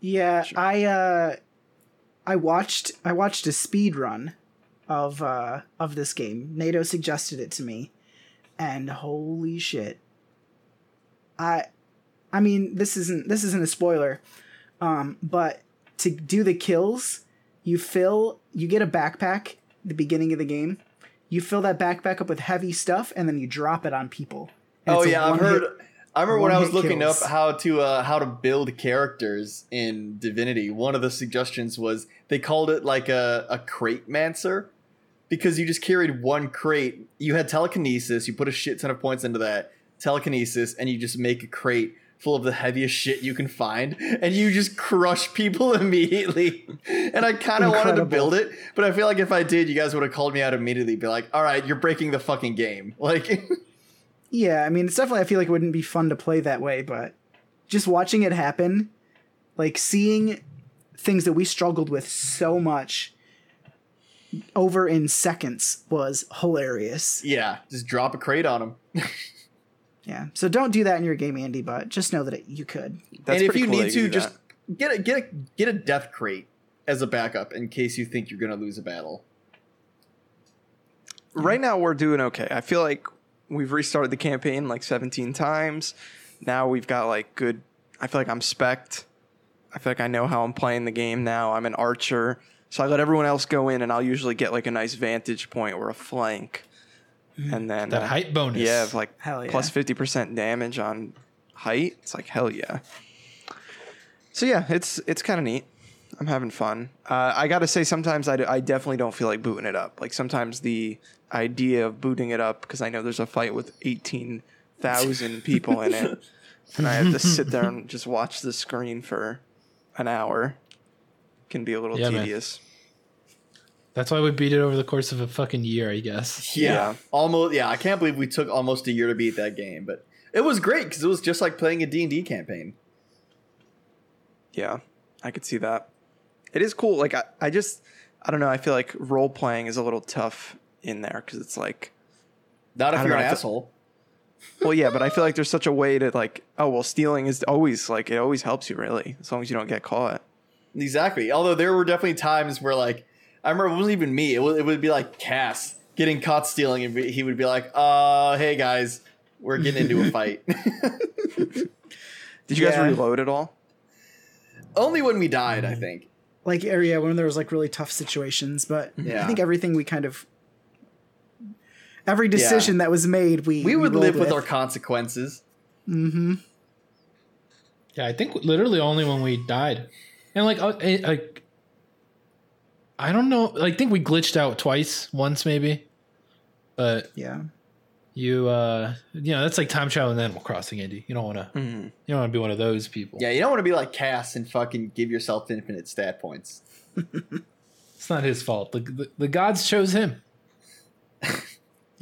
Yeah, I uh I watched I watched a speed run of uh of this game. NATO suggested it to me. And holy shit. I I mean, this isn't this isn't a spoiler. Um but to do the kills, you fill you get a backpack at the beginning of the game. You fill that backpack up with heavy stuff and then you drop it on people. And Oh it's a yeah, I've one-hit- heard. I remember when I was one-hit looking kills. up how to uh, how to build characters in Divinity. One of the suggestions was they called it like a a crate mancer because you just carried one crate. You had telekinesis. You put a shit ton of points into that telekinesis, and you just make a crate full of the heaviest shit you can find, and you just crush people [LAUGHS] immediately. And I kind of wanted to Incredible. build it, but I feel like if I did, you guys would have called me out immediately. Be like, "All right, you're breaking the fucking game." [LAUGHS] Like. Yeah, I mean, it's definitely. I feel like it wouldn't be fun to play that way, but just watching it happen, like seeing things that we struggled with so much over in seconds was hilarious. Yeah, just drop a crate on them. Yeah, so don't do that in your game, Andy. But just know that it, you could. That's and if pretty you cool that need to, do just that. get a get a get a death crate as a backup in case you think you're gonna lose a battle. right now we're doing okay. I feel like we've restarted the campaign like seventeen times. Now we've got like good. I feel like I'm specced. I feel like I know how I'm playing the game now. I'm an archer, so I let everyone else go in, and I'll usually get like a nice vantage point or a flank, and then That uh, height bonus. Yeah, of, like Hell yeah. plus fifty percent damage on height. It's like hell yeah. So yeah, it's it's kind of neat. I'm having fun. Uh, I gotta say, sometimes I, d- I definitely don't feel like booting it up. Like sometimes the idea of booting it up because I know there's a fight with eighteen thousand people in [LAUGHS] it, and I have to sit there and just watch the screen for an hour can be a little Yeah, man. tedious. That's why we beat it over the course of a fucking year, I guess. Yeah. almost. Yeah, I can't believe we took almost a year to beat that game, but it was great because it was just like playing d and D campaign. Yeah, I could see that. It is cool. Like I, I just I don't know. I feel like role playing is a little tough in there because it's like, Not I if don't you're an know, I th- asshole. well, yeah, but I feel like there's such a way to like, oh well, stealing is always like it always helps you really as long as you don't get caught. Exactly. Although there were definitely times where like I remember it wasn't even me. It was, it would be like Cass getting caught stealing, and be- he would be like, "Uh, hey guys, we're getting into [LAUGHS] a fight." Did you Yeah. guys reload at all? Only when we died, I think. like area when there was like really tough situations, but I Yeah. think everything we kind of every decision that was made, we We would live with our. our consequences. hmm Yeah, I think literally only when we died, and like, uh, eh, like, I don't know. I think we glitched out twice, once maybe, but [SIGHS] Yeah. you, uh you know, that's like time travel in Animal Crossing, Andy. You don't want to, Mhm. you don't want to be one of those people. Yeah, you don't want to be like Cass and fucking give yourself infinite stat points. it's not his fault. The, the the gods chose him.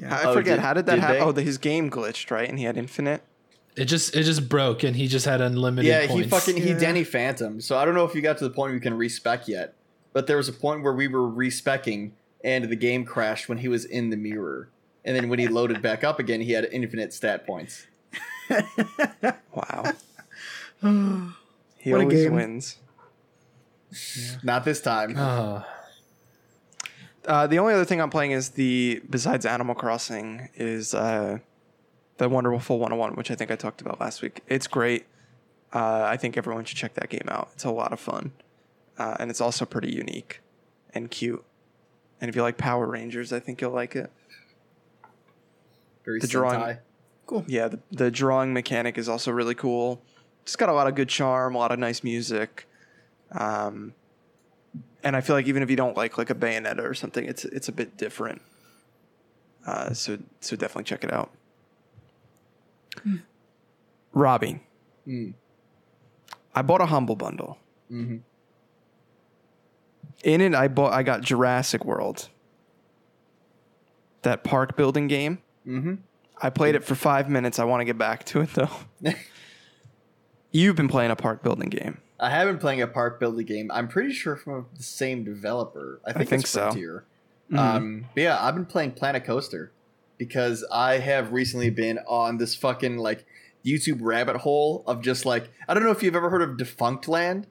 I Oh, forget did- how did that did happen. they? Oh, the, his game glitched right, and he had infinite. It just it just broke, and he just had unlimited. yeah, points. he fucking he Yeah. Danny Phantom. So I don't know if you got to the point where you can respec yet, but there was a point where we were respecing and the game crashed when he was in the mirror, and then when he loaded back up again, he had infinite stat points. Wow, he What a [LAUGHS] always game. wins. Uh, Not this time. Ah. Uh, the only other thing I'm playing is the besides Animal Crossing is uh, the Wonderful 101, which I think I talked about last week. It's great. Uh, I think everyone should check that game out. It's a lot of fun, uh, and it's also pretty unique and cute. And if you like Power Rangers, I think you'll like it. Very The drawing- Sentai. Yeah, the, the drawing mechanic is also really cool. It's got a lot of good charm, a lot of nice music, um, and I feel like even if you don't like like a Bayonetta or something, it's it's a bit different. Uh, so so definitely check it out. Robbie, Mm. I bought a humble bundle. Mhm. In it, I bought I got Jurassic World, that park building game. Mhm. I played it for five minutes. I want to get back to it though. [LAUGHS] You've been playing a park building game. I have been playing a park builder game. I'm pretty sure from the same developer. I think, think it's so. Frontier. Mm-hmm. Um, but yeah, I've been playing Planet Coaster because I have recently been on this fucking like YouTube rabbit hole of just like I don't know if you've ever heard of Defunct Land,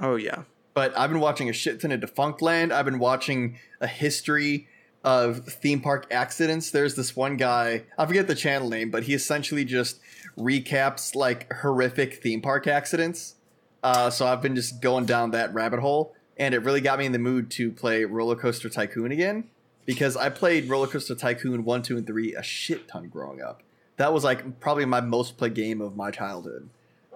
Oh yeah. but I've been watching a shit ton of Defunct Land. I've been watching a history of theme park accidents. There's this one guy, I forget the channel name, but he essentially just recaps like horrific theme park accidents. Uh, so I've been just going down that rabbit hole, and it really got me in the mood to play Roller Coaster Tycoon again because I played Roller Coaster Tycoon 1, 2, and 3 a shit ton growing up. That was like probably my most played game of my childhood.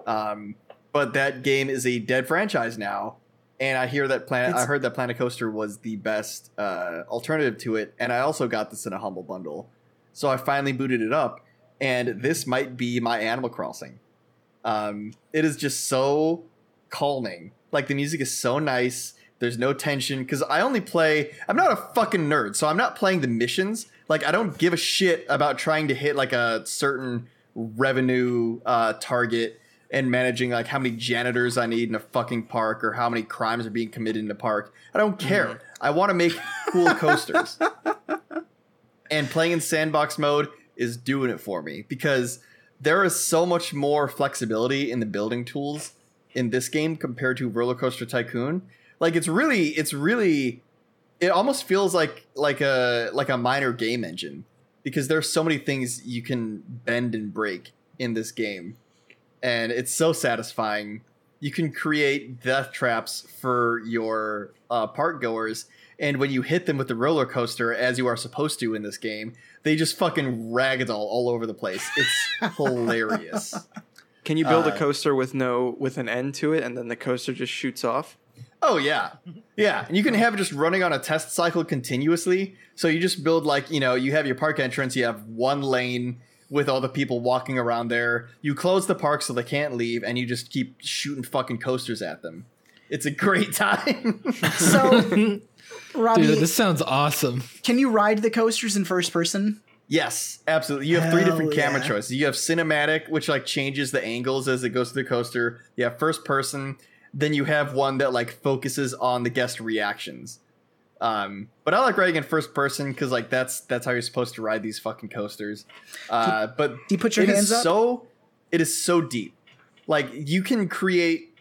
Um, but that game is a dead franchise now. And I hear that Planet, I It's- heard that Planet Coaster was the best uh, alternative to it, and I also got this in a humble bundle. So I finally booted it up, and this might be my Animal Crossing. Um, it is just so calming. Like the music is so nice. There's no tension because I only play. I'm not a fucking nerd, so I'm not playing the missions. Like I don't give a shit about trying to hit like a certain revenue uh, target and managing like how many janitors I need in a fucking park or how many crimes are being committed in the park. I don't care. I want to make cool coasters. [LAUGHS] And playing in sandbox mode is doing it for me because there is so much more flexibility in the building tools in this game compared to Roller Coaster Tycoon. Like it's really, it's really, it almost feels like like a like a minor game engine because there's so many things you can bend and break in this game, and it's so satisfying. You can create death traps for your uh, park goers, and when you hit them with the roller coaster, as you are supposed to in this game, they just fucking ragdoll all over the place. It's hilarious. Can you build a Uh, coaster with no with an end to it, and then the coaster just shoots off? Oh yeah, yeah. And you can have it just running on a test cycle continuously. So you just build like you know you have your park entrance. You have one lane with all the people walking around there. You close the park so they can't leave, and you just keep shooting fucking coasters at them. It's a great [LAUGHS] time. So, Robbie, Dude, this sounds awesome. can you ride the coasters in first person? yes, absolutely. You have three Hell different camera yeah. choices. You have cinematic, which like changes the angles as it goes through the coaster. You have first person. Then you have one that like focuses on the guest reactions. Um, but I like riding in first person because like that's that's how you're supposed to ride these fucking coasters. Uh, but Do you put your it is hands up? so it is so deep. Like you can create.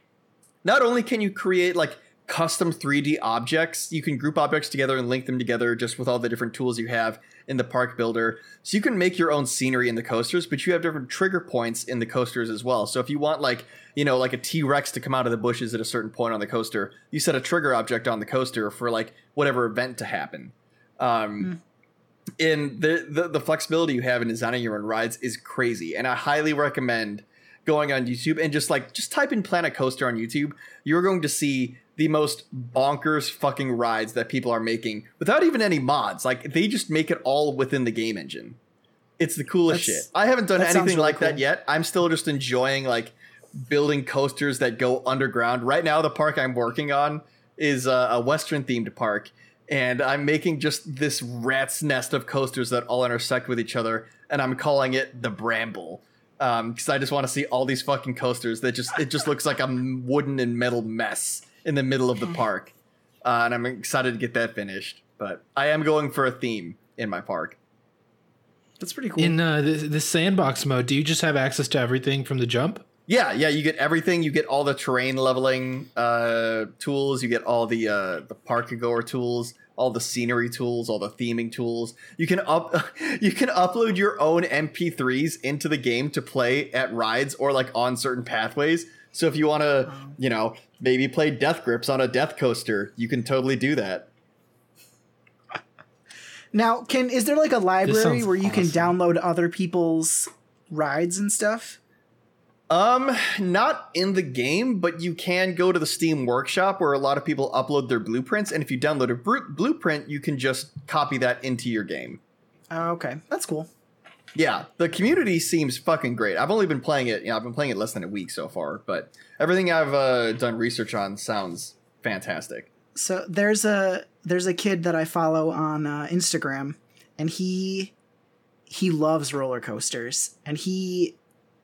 Not only can you create like custom 3D objects, you can group objects together and link them together just with all the different tools you have in the park builder. So you can make your own scenery in the coasters, but you have different trigger points in the coasters as well. So if you want like, you know, like a T-Rex to come out of the bushes at a certain point on the coaster, you set a trigger object on the coaster for like whatever event to happen. Um and the, the the flexibility you have in designing your own rides is crazy. And I highly recommend going on YouTube and just like just type in Planet Coaster on YouTube. You're going to see the most bonkers fucking rides that people are making without even any mods. Like they just make it all within the game engine. It's the coolest That's- shit. I haven't done that sounds anything really like that cool. yet. I'm still just enjoying like building coasters that go underground. Right now, the park I'm working on is uh, a Western themed park, and I'm making just this rat's nest of coasters that all intersect with each other, and I'm calling it the Bramble because I just want to see all these fucking coasters that just it just looks like a m- wooden and metal mess in the middle of the Mm-hmm. park, uh, and I'm excited to get that finished. But I am going for a theme in my park. That's pretty cool. In uh, the, the sandbox mode, do you just have access to everything from the jump? Yeah, yeah, you get everything. You get all the terrain leveling uh, tools. You get all the uh, the park goer tools, all the scenery tools, all the theming tools. You can up [LAUGHS] you can upload your own MP3s into the game to play at rides or like on certain pathways. So if you want to, you know, maybe play Death Grips on a Death Coaster, you can totally do that. Now, can is there like a library sounds where you can awesome. download other people's rides and stuff? Um, not in the game, but you can go to the Steam Workshop where a lot of people upload their blueprints, and if you download a bru- blueprint, you can just copy that into your game. Oh, okay, that's cool. Yeah, the community seems fucking great. I've only been playing it, you know, I've been playing it less than a week so far, but everything I've uh, done research on sounds fantastic. So there's a there's a kid that I follow on uh, Instagram, and he he loves roller coasters, and he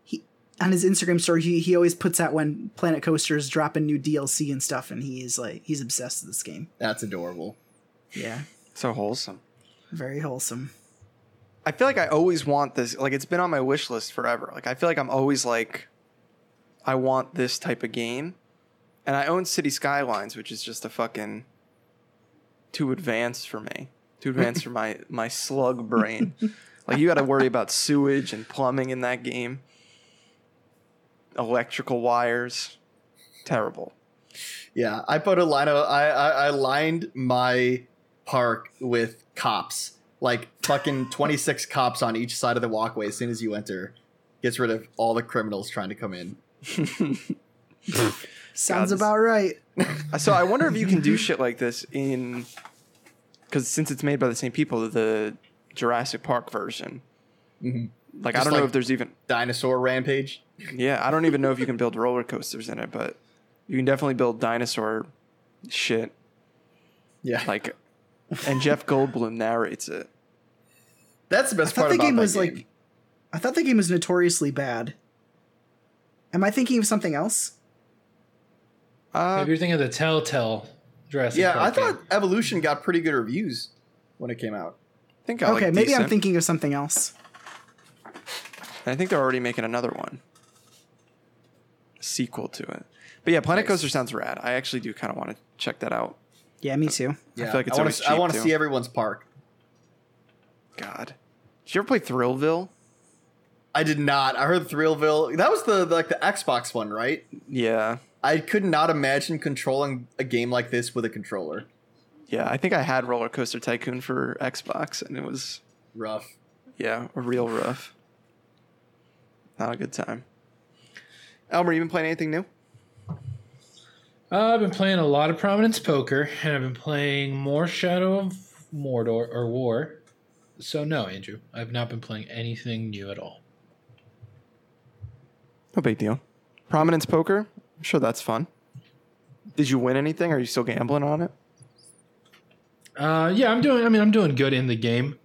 he on his Instagram story he, he always puts out when Planet Coasters dropping new DLC and stuff, and he is like he's obsessed with this game. That's adorable. Yeah, So wholesome. very wholesome. I feel like I always want this. Like it's been on my wish list forever. Like I feel like I'm always like, I want this type of game, and I own City Skylines, which is just a fucking too advanced for me. Too advanced for my my slug brain. like you got to worry about sewage and plumbing in that game. Electrical wires, terrible. Yeah, I put a line of I, I I lined my park with cops, like fucking twenty six cops on each side of the walkway. As soon as you enter, gets rid of all the criminals trying to come in. Sounds this- about right. So I wonder if you can do shit like this in because since it's made by the same people, the Jurassic Park version. Mhm. Like I Just don't know like- if there's even Dinosaur rampage. yeah I don't even know if you can build roller coasters in it, but you can definitely build dinosaur shit. Yeah, Like, and Jeff Goldblum narrates it. that's the I best thought part the about game that was game. like I thought the game was notoriously bad. Am I thinking of something else? Uh, Maybe you're thinking of the Telltale Jurassic Uh, yeah, I Park game. thought Evolution got pretty good reviews when it came out. I think I Uh, okay, like maybe I'm decent. thinking of something else. I think they're already making another one, sequel to it. But yeah, Planet Nice. Coaster sounds rad. I actually do kind of want to check that out. Yeah, me too. Yeah, I, feel like it's wanna, always s- I cheap, wanna too. see everyone's park. God, did you ever play Thrillville? I did not. I heard Thrillville. That was the like the Xbox one, right? Yeah. I could not imagine controlling a game like this with a controller. Yeah, I think I had Roller Coaster Tycoon for Xbox, and it was Rough. yeah, a real rough. Not a good time. Elmer, you been playing anything new? Uh, I've been playing a lot of Prominence Poker, and I've been playing more Shadow of Mordor or War. So no, Andrew, I've not been playing anything new at all. No big deal. Prominence Poker. I'm sure that's fun. Did you win anything? Are you still gambling on it? Uh, yeah, I'm doing. I mean, I'm doing good in the game.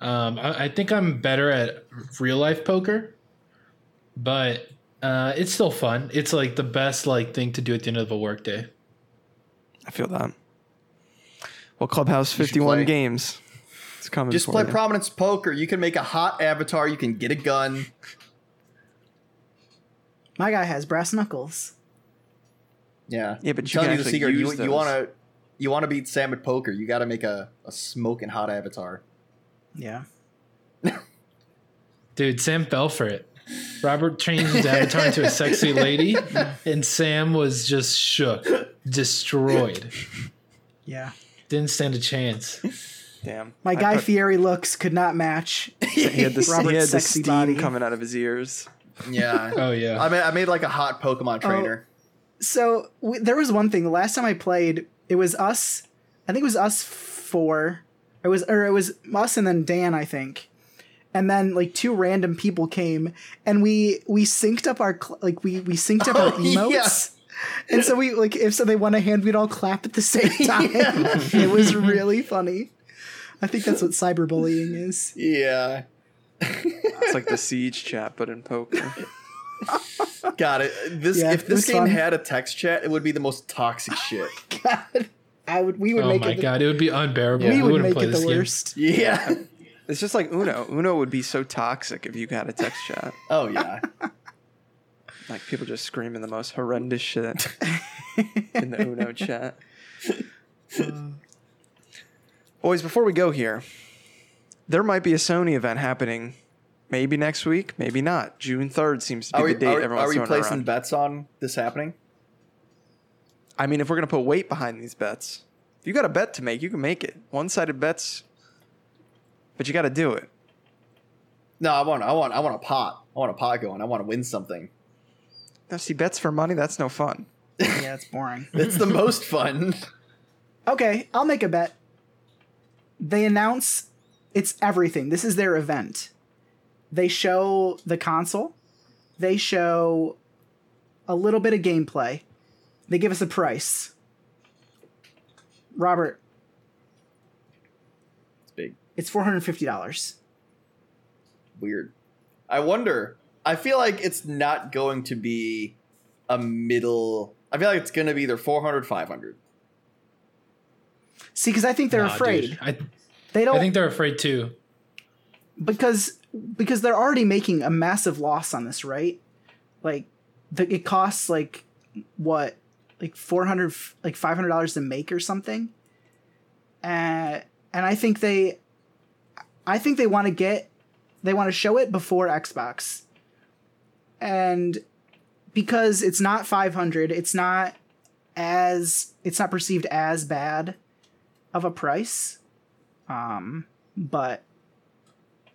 Um, I, I think I'm better at real life poker, but uh, it's still fun. It's like the best like thing to do at the end of a workday. I feel that. Well, Clubhouse You should 51 play. games. It's coming. Just for play you. Prominence Poker. You can make a hot avatar. You can get a gun. My guy has brass knuckles. Yeah. Yeah, but I'm you telling can you the actually secret. You, use you those. wanna you wanna beat Sam at poker. You gotta make a, a smoking [LAUGHS] hot avatar. Yeah. Dude, Sam fell for it. Robert changed his avatar into a sexy lady, and Sam was just shook, destroyed. Yeah. Didn't stand [LAUGHS] a chance. Damn. My I Guy put- Fieri looks could not match. He had the, he Robert's had the sexy steam body. coming out of his ears. [LAUGHS] Yeah. Oh yeah. I made I made like a hot Pokemon trainer. So we, there was one thing. The last time I played, it was us. I think it was us four. It was or it was us and then Dan, I think. And then like two random people came and we we synced up our cl- like we we synced up our Oh, yeah. emotes. And so we like if so they won a hand, we'd all clap at the same time. it was really funny. I think that's what cyberbullying is. [LAUGHS] Yeah. It's like the siege chat, but in poker. [LAUGHS] Got it. This Yeah, if it this was game fun. had a text chat, it would be the most toxic shit. [LAUGHS] God, I would we would oh make my it god, it would be unbearable. we would wouldn't make play it the this [LAUGHS] game. worst. Yeah. It's just [LAUGHS] like Uno. Uno would be so toxic if you had a text chat. Oh yeah. Like people just screaming the most horrendous [LAUGHS] shit in the Uno chat. Uh. Boys, before we go here, there might be a Sony event happening. Maybe next week, maybe not. June third seems to be Are we, the date are, everyone's are we throwing placing around. bets on this happening? I mean, if we're gonna put weight behind these bets, if you got a bet to make, you can make it. One-sided bets, but you got to do it. No, I want, I want, I want a pot. I want a pot going. I want to win something. Now, see, bets for money, that's no fun. yeah, it's boring. It's [LAUGHS] the most fun. Okay, I'll make a bet. They announce it's everything. This is their event. They show the console. They show a little bit of gameplay. They give us a price. Robert, It's big, it's four hundred fifty dollars. weird. I wonder. I feel like it's not going to be a middle. I feel like it's going to be either 400, 500. See, because I think they're Nah, afraid. dude. I, They don't I think they're afraid too. because because they're already making a massive loss on this, right? Like, the, it costs like what, like four hundred, like five hundred dollars to make or something. Uh, and I think they, I think they want to get, they want to show it before Xbox. And because it's not five hundred, it's not as it's not perceived as bad of a price. Um, but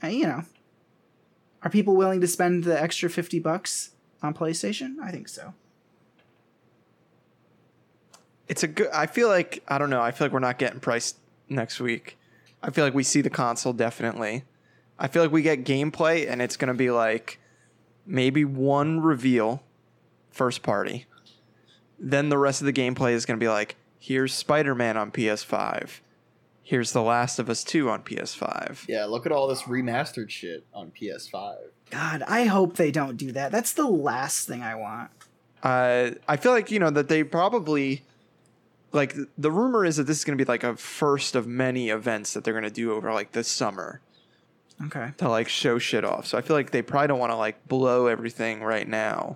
uh, you know, are people willing to spend the extra 50 bucks on PlayStation? I think so. It's a good. I feel like I don't know. I feel like we're not getting priced next week. I feel like we see the console definitely. I feel like we get gameplay, and it's gonna be like maybe one reveal, first party. Then the rest of the gameplay is gonna be like, here's Spider Man on PS5, here's The Last of Us Two on PS5. Yeah, look at all this remastered shit on PS5. God, I hope they don't do that. That's the last thing I want. uh, I feel like you know that they probably like th- the rumor is that this is going to be like a first of many events that they're going to do over like this summer Okay. to like show shit off. So I feel like they probably don't want to like blow everything right now.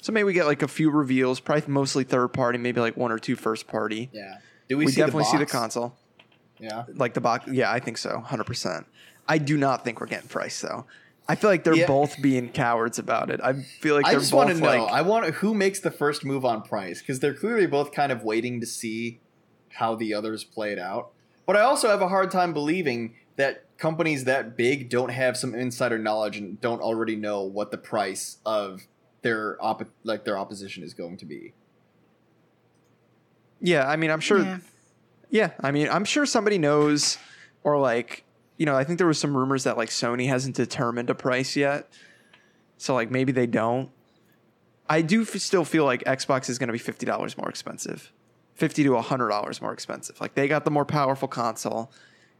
So maybe we get like a few reveals, probably mostly third party, maybe like one or two first party. Yeah. Do We, we, see definitely the see the box? console, Yeah. like the box. Yeah, I think so, hundred percent. I do not think we're getting priced though. I feel like they're Yeah. both being cowards about it. I feel like I they're just both want to know. like I want who makes the first move on price because they're clearly both kind of waiting to see how the others played out. But I also have a hard time believing that companies that big don't have some insider knowledge and don't already know what the price of their op- like their opposition is going to be. yeah. I mean, I'm sure Yeah. Yeah, I mean, I'm sure somebody knows, or like, you know, I think there was some rumors that like Sony hasn't determined a price yet, so like maybe they don't. I do f- still feel like Xbox is going to be fifty dollars more expensive, fifty to hundred dollars more expensive. Like they got the more powerful console,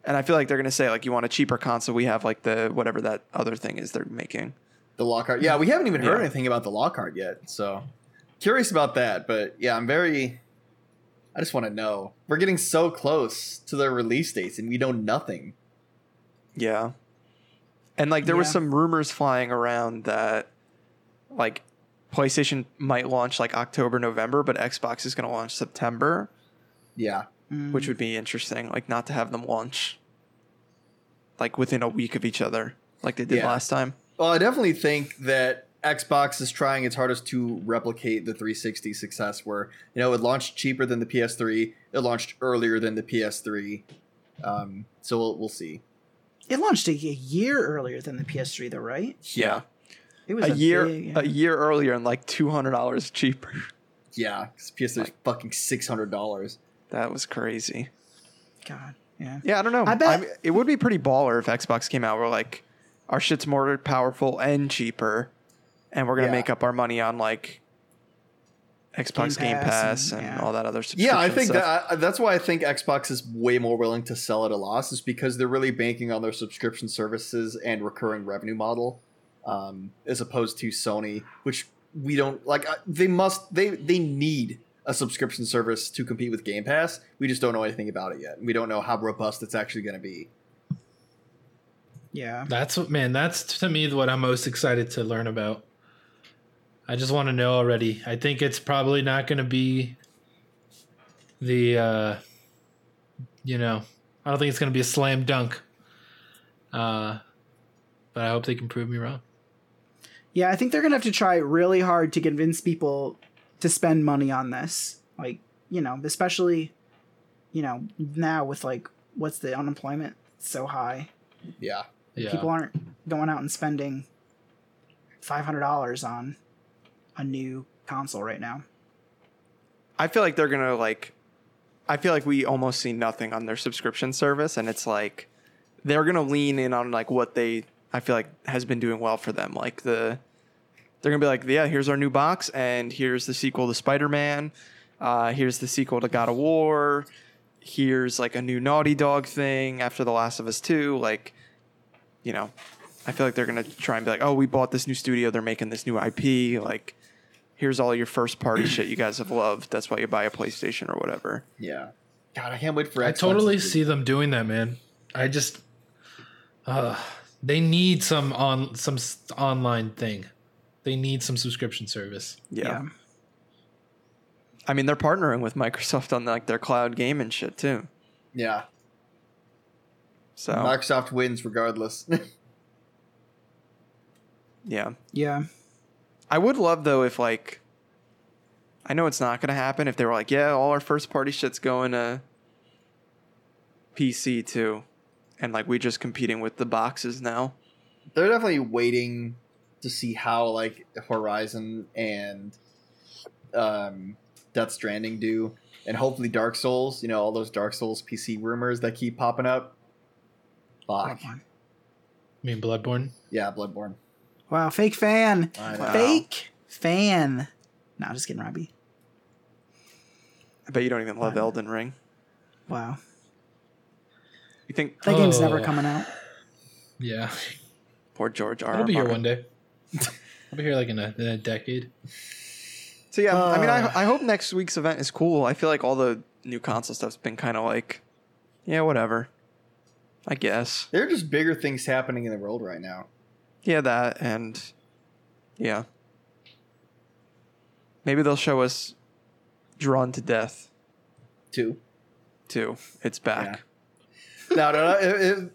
and I feel like they're going to say like, you want a cheaper console? We have like the whatever that other thing is they're making. The Lockhart. Yeah, we haven't even heard Yeah. anything about the Lockhart yet. So curious about that. But yeah, I'm very. I just want to know. We're getting so close to their release dates and we know nothing. Yeah. And like there was Yeah. some rumors flying around that like PlayStation might launch like October, November, but Xbox is going to launch September, Yeah. Mm. which would be interesting like not to have them launch like within a week of each other like they did Yeah. last time. Well, I definitely think that Xbox is trying its hardest to replicate the 360 success, where you know it launched cheaper than the PS3, it launched earlier than the PS3. Um, so we'll, we'll see. it launched a, a year earlier than the PS3, though, right? Yeah. It was A year big- a year earlier and like $200 cheaper. Yeah, because PS3 is fucking six hundred dollars. That was crazy. God, yeah. Yeah, I don't know. I bet- mean, it would be pretty baller if Xbox came out. We're like, our shit's more powerful and cheaper, and we're gonna Yeah. make up our money on like Xbox Game Pass, Pass and, and- yeah. all that other stuff. Yeah, I think that I, that's why I think Xbox is way more willing to sell at a loss, is because they're really banking on their subscription services and recurring revenue model, um, as opposed to Sony, which we don't like. I- They must they they need a subscription service to compete with Game Pass. We just don't know anything about it yet. We don't know how robust it's actually going to be. Yeah. That's what man. That's to me what I'm most excited to learn about. I just want to know already. I think it's probably not going to be the, uh, you know, I don't think it's going to be a slam dunk. Uh, but I hope they can prove me wrong. Yeah, I think they're gonna have to try really hard to convince people to spend money on this. Like, you know, especially, you know, now with like what's the unemployment so high. Yeah. Yeah. People aren't going out and spending five hundred dollars on a new console right now. I feel like they're gonna like. I feel like we almost see nothing on their subscription service, and it's like they're gonna lean in on like what they. I feel like has been doing well for them. Like the, they're gonna be like, yeah, here's our new box, and here's the sequel to Spider Man, uh, here's the sequel to God of War, here's like a new Naughty Dog thing after The Last of Us Two. Like, you know, I feel like they're gonna try and be like, oh, we bought this new studio, they're making this new IP, like here's all your first party shit you guys have loved. That's why you buy a PlayStation or whatever. Yeah. God, I can't wait for. I Xboxes totally to- see them doing that, man. I just, uh, they need some on some s- online thing. They need some subscription service. Yeah. I mean, they're partnering with Microsoft on like their cloud game and shit too. Yeah. So Oh. Microsoft wins regardless. yeah, Yeah. I would love though if like, I know it's not gonna happen. If they were like, yeah, all our first party shit's going to PC too, and like we just competing with the boxes now. They're definitely waiting to see how like Horizon and um, Death Stranding do, and hopefully Dark Souls. You know all those Dark Souls PC rumors that keep popping up. Fuck. Bloodborne. I mean, Bloodborne. Yeah, Bloodborne. Wow, fake fan. I Wow. know. Fake fan. No, just kidding, Robbie. I bet you don't even love Elden Ring. Wow. You think That game's never Oh. coming out. Yeah, poor George R. I'll be here Martin. one day. [LAUGHS] I'll be here like in a, in a decade. So yeah, I mean, Uh. I, I hope next week's event is cool. I feel like all the new console stuff's been kind of like, yeah, whatever. I guess. There are just bigger things happening in the world right now. Yeah, that and yeah. Maybe they'll show us Drawn to Death Too. too. It's back. no, no, no. If, if-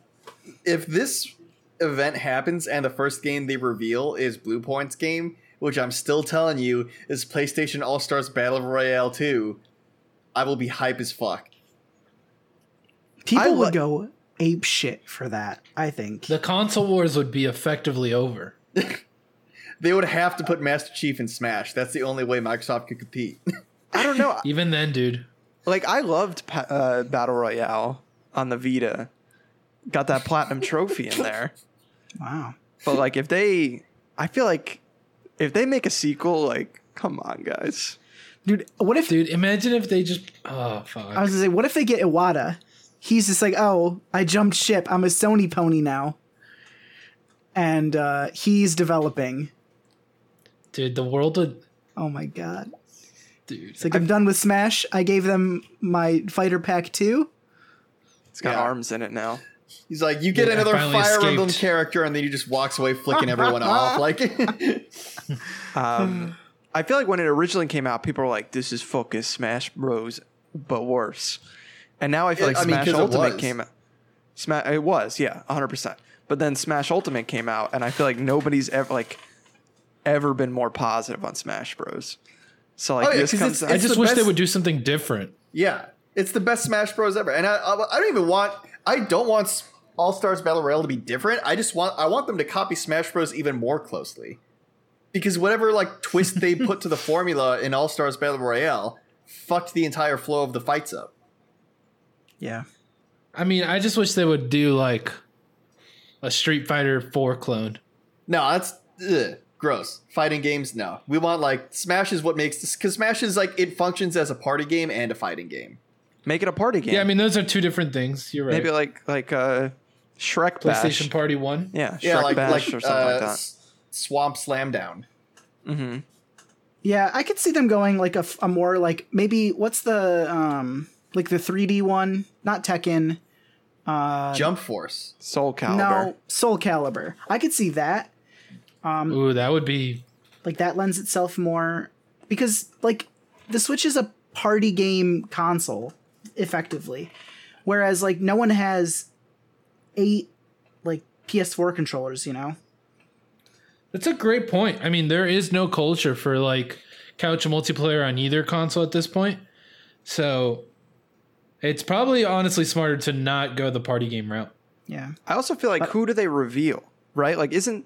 if this event happens and the first game they reveal is Blue Point's game, which I'm still telling you is PlayStation All Stars Battle Royale 2, I will be hype as fuck. People I would li- go ape shit for that, I think. The console wars would be effectively over. They would have to put Master Chief in Smash. That's the only way Microsoft could compete. I don't know. Even then, dude. like I loved pa- uh, Battle Royale on the Vita. Got that platinum trophy in there. wow. But like if they I feel like if they make a sequel like come on guys. Dude, what if Dude, imagine if they just. Oh fuck. I was gonna say, what if they get Iwata? He's just like, oh, I jumped ship. I'm a Sony pony now. And uh, he's developing. dude, the world would. Oh my god. Dude, It's like, I'm done with Smash. I gave them my fighter pack too. It's got Yeah. arms in it now. He's like, you get Yeah, I another finally Fire Emblem escaped. character, and then he just walks away, [LAUGHS] flicking everyone off. Like, [SIGHS] Um, I feel like when it originally came out, people were like, "This is focus Smash Bros, but worse." And now I feel like Yeah, I mean, Smash 'cause it Ultimate was. came out. Smash, it was yeah, hundred percent. But then Smash Ultimate came out, and I feel like nobody's ever like ever been more positive on Smash Bros. So like Oh, yeah, this 'cause comes I out, it's just the wish they best- would do something different. Yeah, it's the best Smash Bros ever, and I, I, I don't even want I don't want All Stars Battle Royale to be different. I just want I want them to copy Smash Bros even more closely, because whatever like twist they put to the [LAUGHS] formula in All Stars Battle Royale fucked the entire flow of the fights up. Yeah. I mean, I just wish they would do like a Street Fighter 4 clone. No, that's ugh, gross. Fighting games, no. We want like Smash is what makes this because Smash is like it functions as a party game and a fighting game. make it a party game. Yeah, I mean, those are two different things. You're right. maybe like like uh, Shrek Bash. PlayStation Party 1. yeah, Shrek Yeah, like Bash like, or something uh, like that. S- Swamp Slam Down. Mm-hmm. Yeah, I could see them going like a, f- a more like maybe what's the um like the 3D one, not Tekken. Uh, Jump Force. Soul Calibur. no, Soul Calibur. I could see that. Ooh, that would be Like that lends itself more because like the Switch is a party game console effectively. Whereas like no one has eight like PS4 controllers, you know? That's a great point. I mean, there is no culture for like couch multiplayer on either console at this point. So it's probably honestly smarter to not go the party game route. Yeah. I also feel Uh, like who do they reveal, right? Like, isn't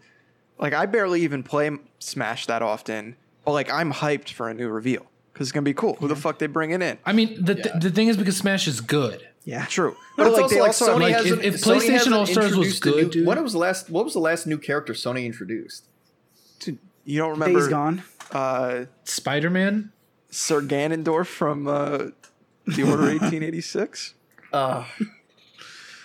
like I barely even play Smash that often, but like I'm hyped for a new reveal because it's gonna be cool. Who the fuck they bringing in? I mean, the, Yeah. the thing is because Smash is good. Yeah. True, But it's like also they like Sony like, hasn't. if- if Sony PlayStation hasn't All-Stars was introduced a good, new- dude. What was the last? What was the last new character Sony introduced? dude, you don't Days remember gone. uh, Spider Man. Sir Ganondorf from uh, the Order [LAUGHS] 1886? Uh,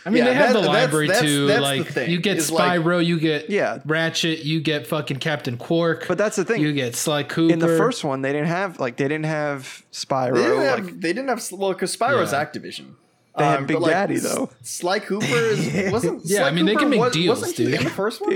I mean, Yeah, they that- have the that's- library that's- too. that's the like, thing, you get is, like- Spyro, you get Yeah. Ratchet, you get fucking Captain Quark. But that's the thing. you get Sly Cooper. in the first one, they didn't have like they didn't have Spyro. they didn't have. like, they didn't have. Well, because Spyro's Yeah. Activision. Um, They had Big but, like, Daddy, S- though. Sly [LAUGHS] Cooper is, wasn't. Yeah, Sly I mean, they Cooper can make was, deals, wasn't he dude. in the first one.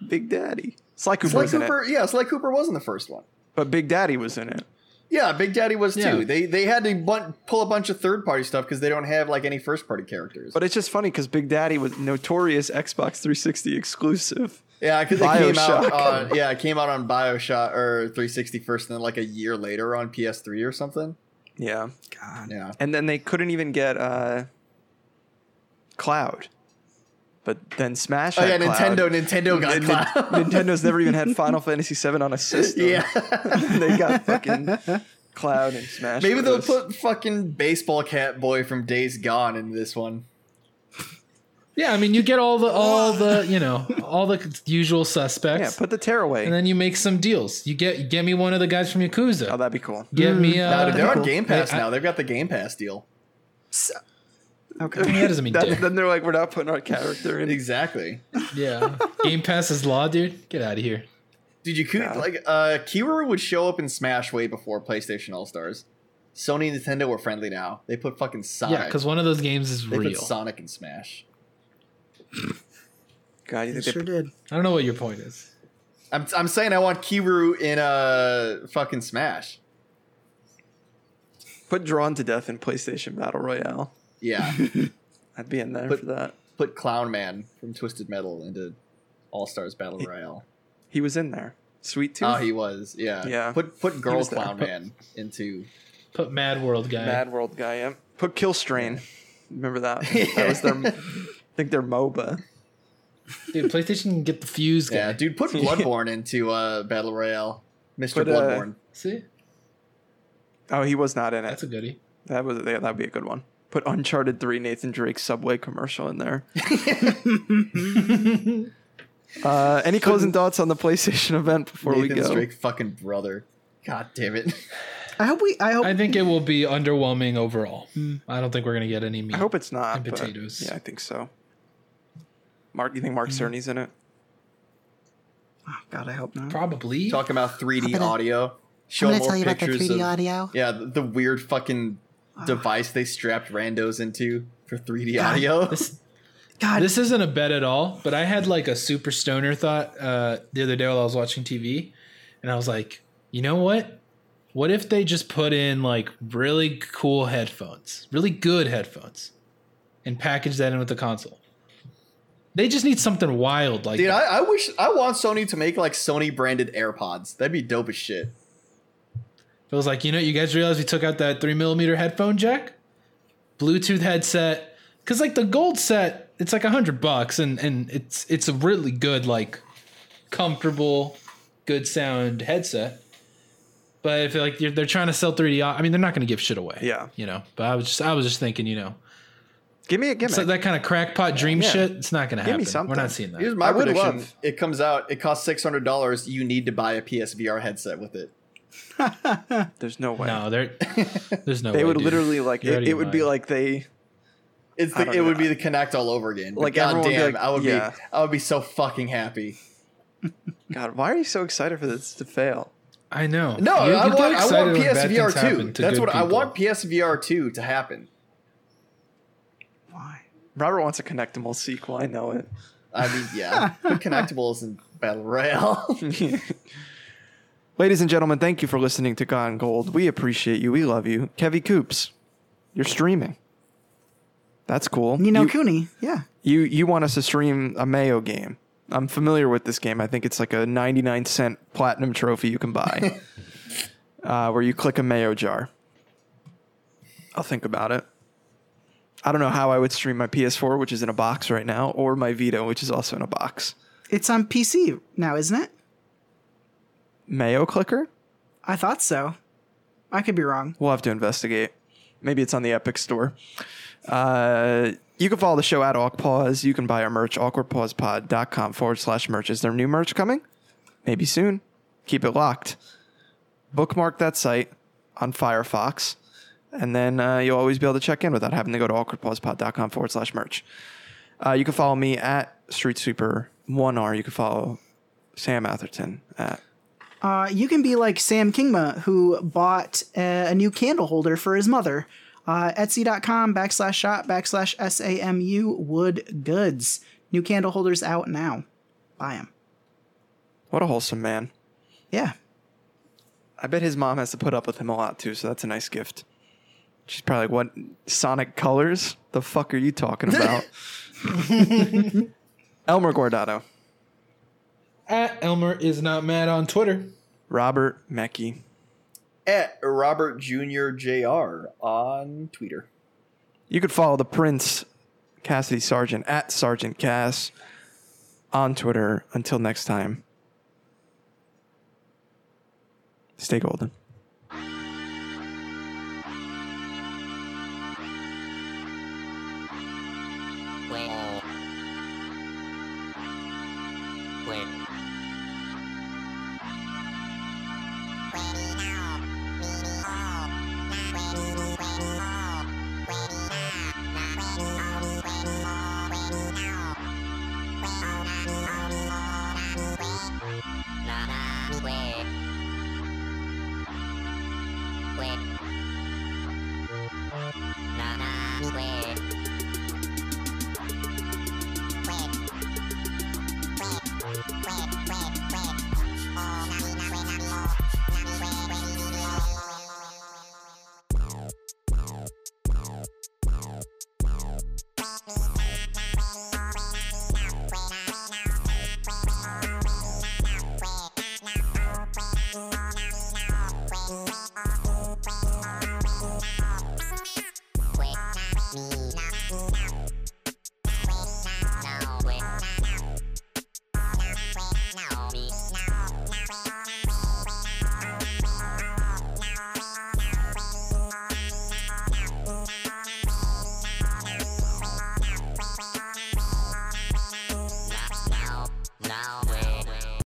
Big Big Daddy. Sly Cooper Sly was in Cooper, it, yeah, Sly Cooper was in the first one. but Big Daddy was in it. Yeah, Big Daddy was Yeah. too. They they had to bun- pull a bunch of third party stuff because they don't have like any first party characters. But it's just funny because Big Daddy was notorious Xbox 360 exclusive. yeah, because it came Bioshock. out on yeah, it came out on Bioshock or 360 first, and then like a year later on PS3 or something. Yeah, God. Yeah, and then they couldn't even get uh, Cloud. But then Smash. oh yeah, had Cloud. Nintendo, Nintendo got Nin- cloud. Nintendo's never even had [LAUGHS] Final Fantasy VII on a system. yeah. [LAUGHS] they got [LAUGHS] fucking Cloud and Smash. Maybe they'll Bros. put fucking baseball cat boy from Days Gone in this one. yeah, I mean, you get all the all the you know all the usual yeah, suspects, put the tear away. and then you make some deals. You get get me one of the guys from Yakuza. oh, that'd be [LAUGHS] cool. Give me uh, Now, they're on cool. Game Pass I- now. They've got the Game Pass deal. So- okay. That doesn't mean That- dick. [LAUGHS] then they're like, we're not putting our character in. Exactly. [LAUGHS] Yeah. Game Pass is law, dude. Get out of here. Did you Yeah. like uh Kiwuru would show up in Smash way before PlayStation All Stars? Sony and Nintendo were friendly now. They put fucking Sonic. Yeah, because one of those games is they real. put Sonic in Smash. God, you They think they sure did. I don't know what your point is. I'm, I'm saying I want Kiwuru in uh fucking Smash. put Drawn to Death in PlayStation Battle Royale? Yeah. [LAUGHS] I'd be in there But- for that. put Clown Man from Twisted Metal into All Stars Battle Royale. He was in there. Sweet Tooth. Oh, he was. Yeah. Yeah. Put put Girl was there. [LAUGHS] Clown Man into Put Mad World guy. Mad World guy. Yeah. Put Kill Strain. Remember that? [LAUGHS] That was their. I think their MOBA. Dude, PlayStation can get the fuse guy. Yeah, dude, [LAUGHS] put Bloodborne into uh, Battle Royale. Mr. Put, uh, Bloodborne. See? Oh, he was not in That's it. a goodie. That was yeah, that'd be a good one. Put Uncharted Three Nathan Drake Subway commercial in [LAUGHS] there. Uh, any closing thoughts on the PlayStation event before we Nathan go? Drake fucking brother. God damn [LAUGHS] it. I hope we I hope I think it will be underwhelming overall. I don't think we're going to get any meat. I hope it's not. And but- potatoes. Mm-hmm. yeah, I think so. Mark, you think Mark Cerny's in it? oh, God, I hope not. Probably. Talking about 3D audio. Show I'm gonna more tell you about the pictures 3D of, audio. Yeah, the, the weird fucking device they strapped randos into for 3D audio. [LAUGHS] This, God, this isn't a bet at all, but I had like a super stoner thought uh, the other day while I was watching TV, and I was like, you know what? What if they just put in like really cool headphones, really good headphones, and package that in with the console? They just need something wild like Dude, that. I, I wish I want Sony to make like Sony branded AirPods. That'd be dope as shit. It was like, you know, you guys realize we took out that three millimeter headphone jack, Bluetooth headset, because like the gold set, it's like a hundred bucks, and and it's it's a really good like comfortable, good sound headset. But if like you're, they're trying to sell 3D, au- I mean they're not going to give shit away. Yeah. you know. But I was just I was just thinking, you know, Give me a gimmick. it's like that kind of crackpot dream Yeah. shit. It's not going to Give happen. me We're something. not seeing that. Here's my I would prediction. love- It comes out, it costs six hundred dollars. You need to buy a PSVR headset with it. There's no way. No, there, [LAUGHS] there's no. they way, would dude. literally like You're out it, of it your would be mind. like they It's I the, don't it know. would be the connect all over again. But Like, like everyone would be goddamn, like, I would yeah. be I would be so fucking happy. God, why are you so excited for this to fail? I know. No, You- you I, get want, I excited want when bad things PSVR two. happen to That's good what I people. want PSVR two to happen. why? Robert wants a connectable sequel. I know it. [LAUGHS] I mean, yeah, put connectables in battle royale. Ladies and gentlemen, thank you for listening to Gone Gold. We appreciate you. We love you. Kevy Coops, you're streaming. That's cool. You know, Cooney. Yeah. you you want us to stream a Mayo game. I'm familiar with this game. I think it's like a 99 cent platinum trophy you can [LAUGHS] buy, uh, where you click a Mayo jar. I'll think about it. I don't know how I would stream my PS4, which is in a box right now, or my Vita, which is also in a box. It's on PC now, isn't it? Mayo clicker? I thought so. I could be wrong. We'll have to investigate. Maybe it's on the Epic Store. Uh, you can follow the show at AwkPause. You can buy our merch, awkwardpausepod.com forward slash merch. Is there new merch coming? Maybe soon. Keep it locked. Bookmark that site on Firefox, and then uh, you'll always be able to check in without having to go to awkwardpausepod.com forward slash merch. Uh, you can follow me at Street Sweeper 1R. You can follow Sam Atherton at Uh, you can be like Sam Kingma, who bought uh, a new candle holder for his mother. Uh, Etsy.com backslash shop backslash SAMU wood goods. New candle holders out now. Buy them. What a Wholesome Man. Yeah. I bet his mom has to put up with him a lot too, so that's a nice gift. She's probably like, "What Sonic colors? The fuck are you talking about?" [LAUGHS] Elmer Guardado, At Elmer is not mad on Twitter. Robert Mackey, [LAUGHS] At Robert Jr. Jr. on Twitter. You could follow the Prince Cassidy Sargent at Sergeant Cass on Twitter. Until next time, stay golden. Wait. Wait. Nah, nah, wait. Now, now.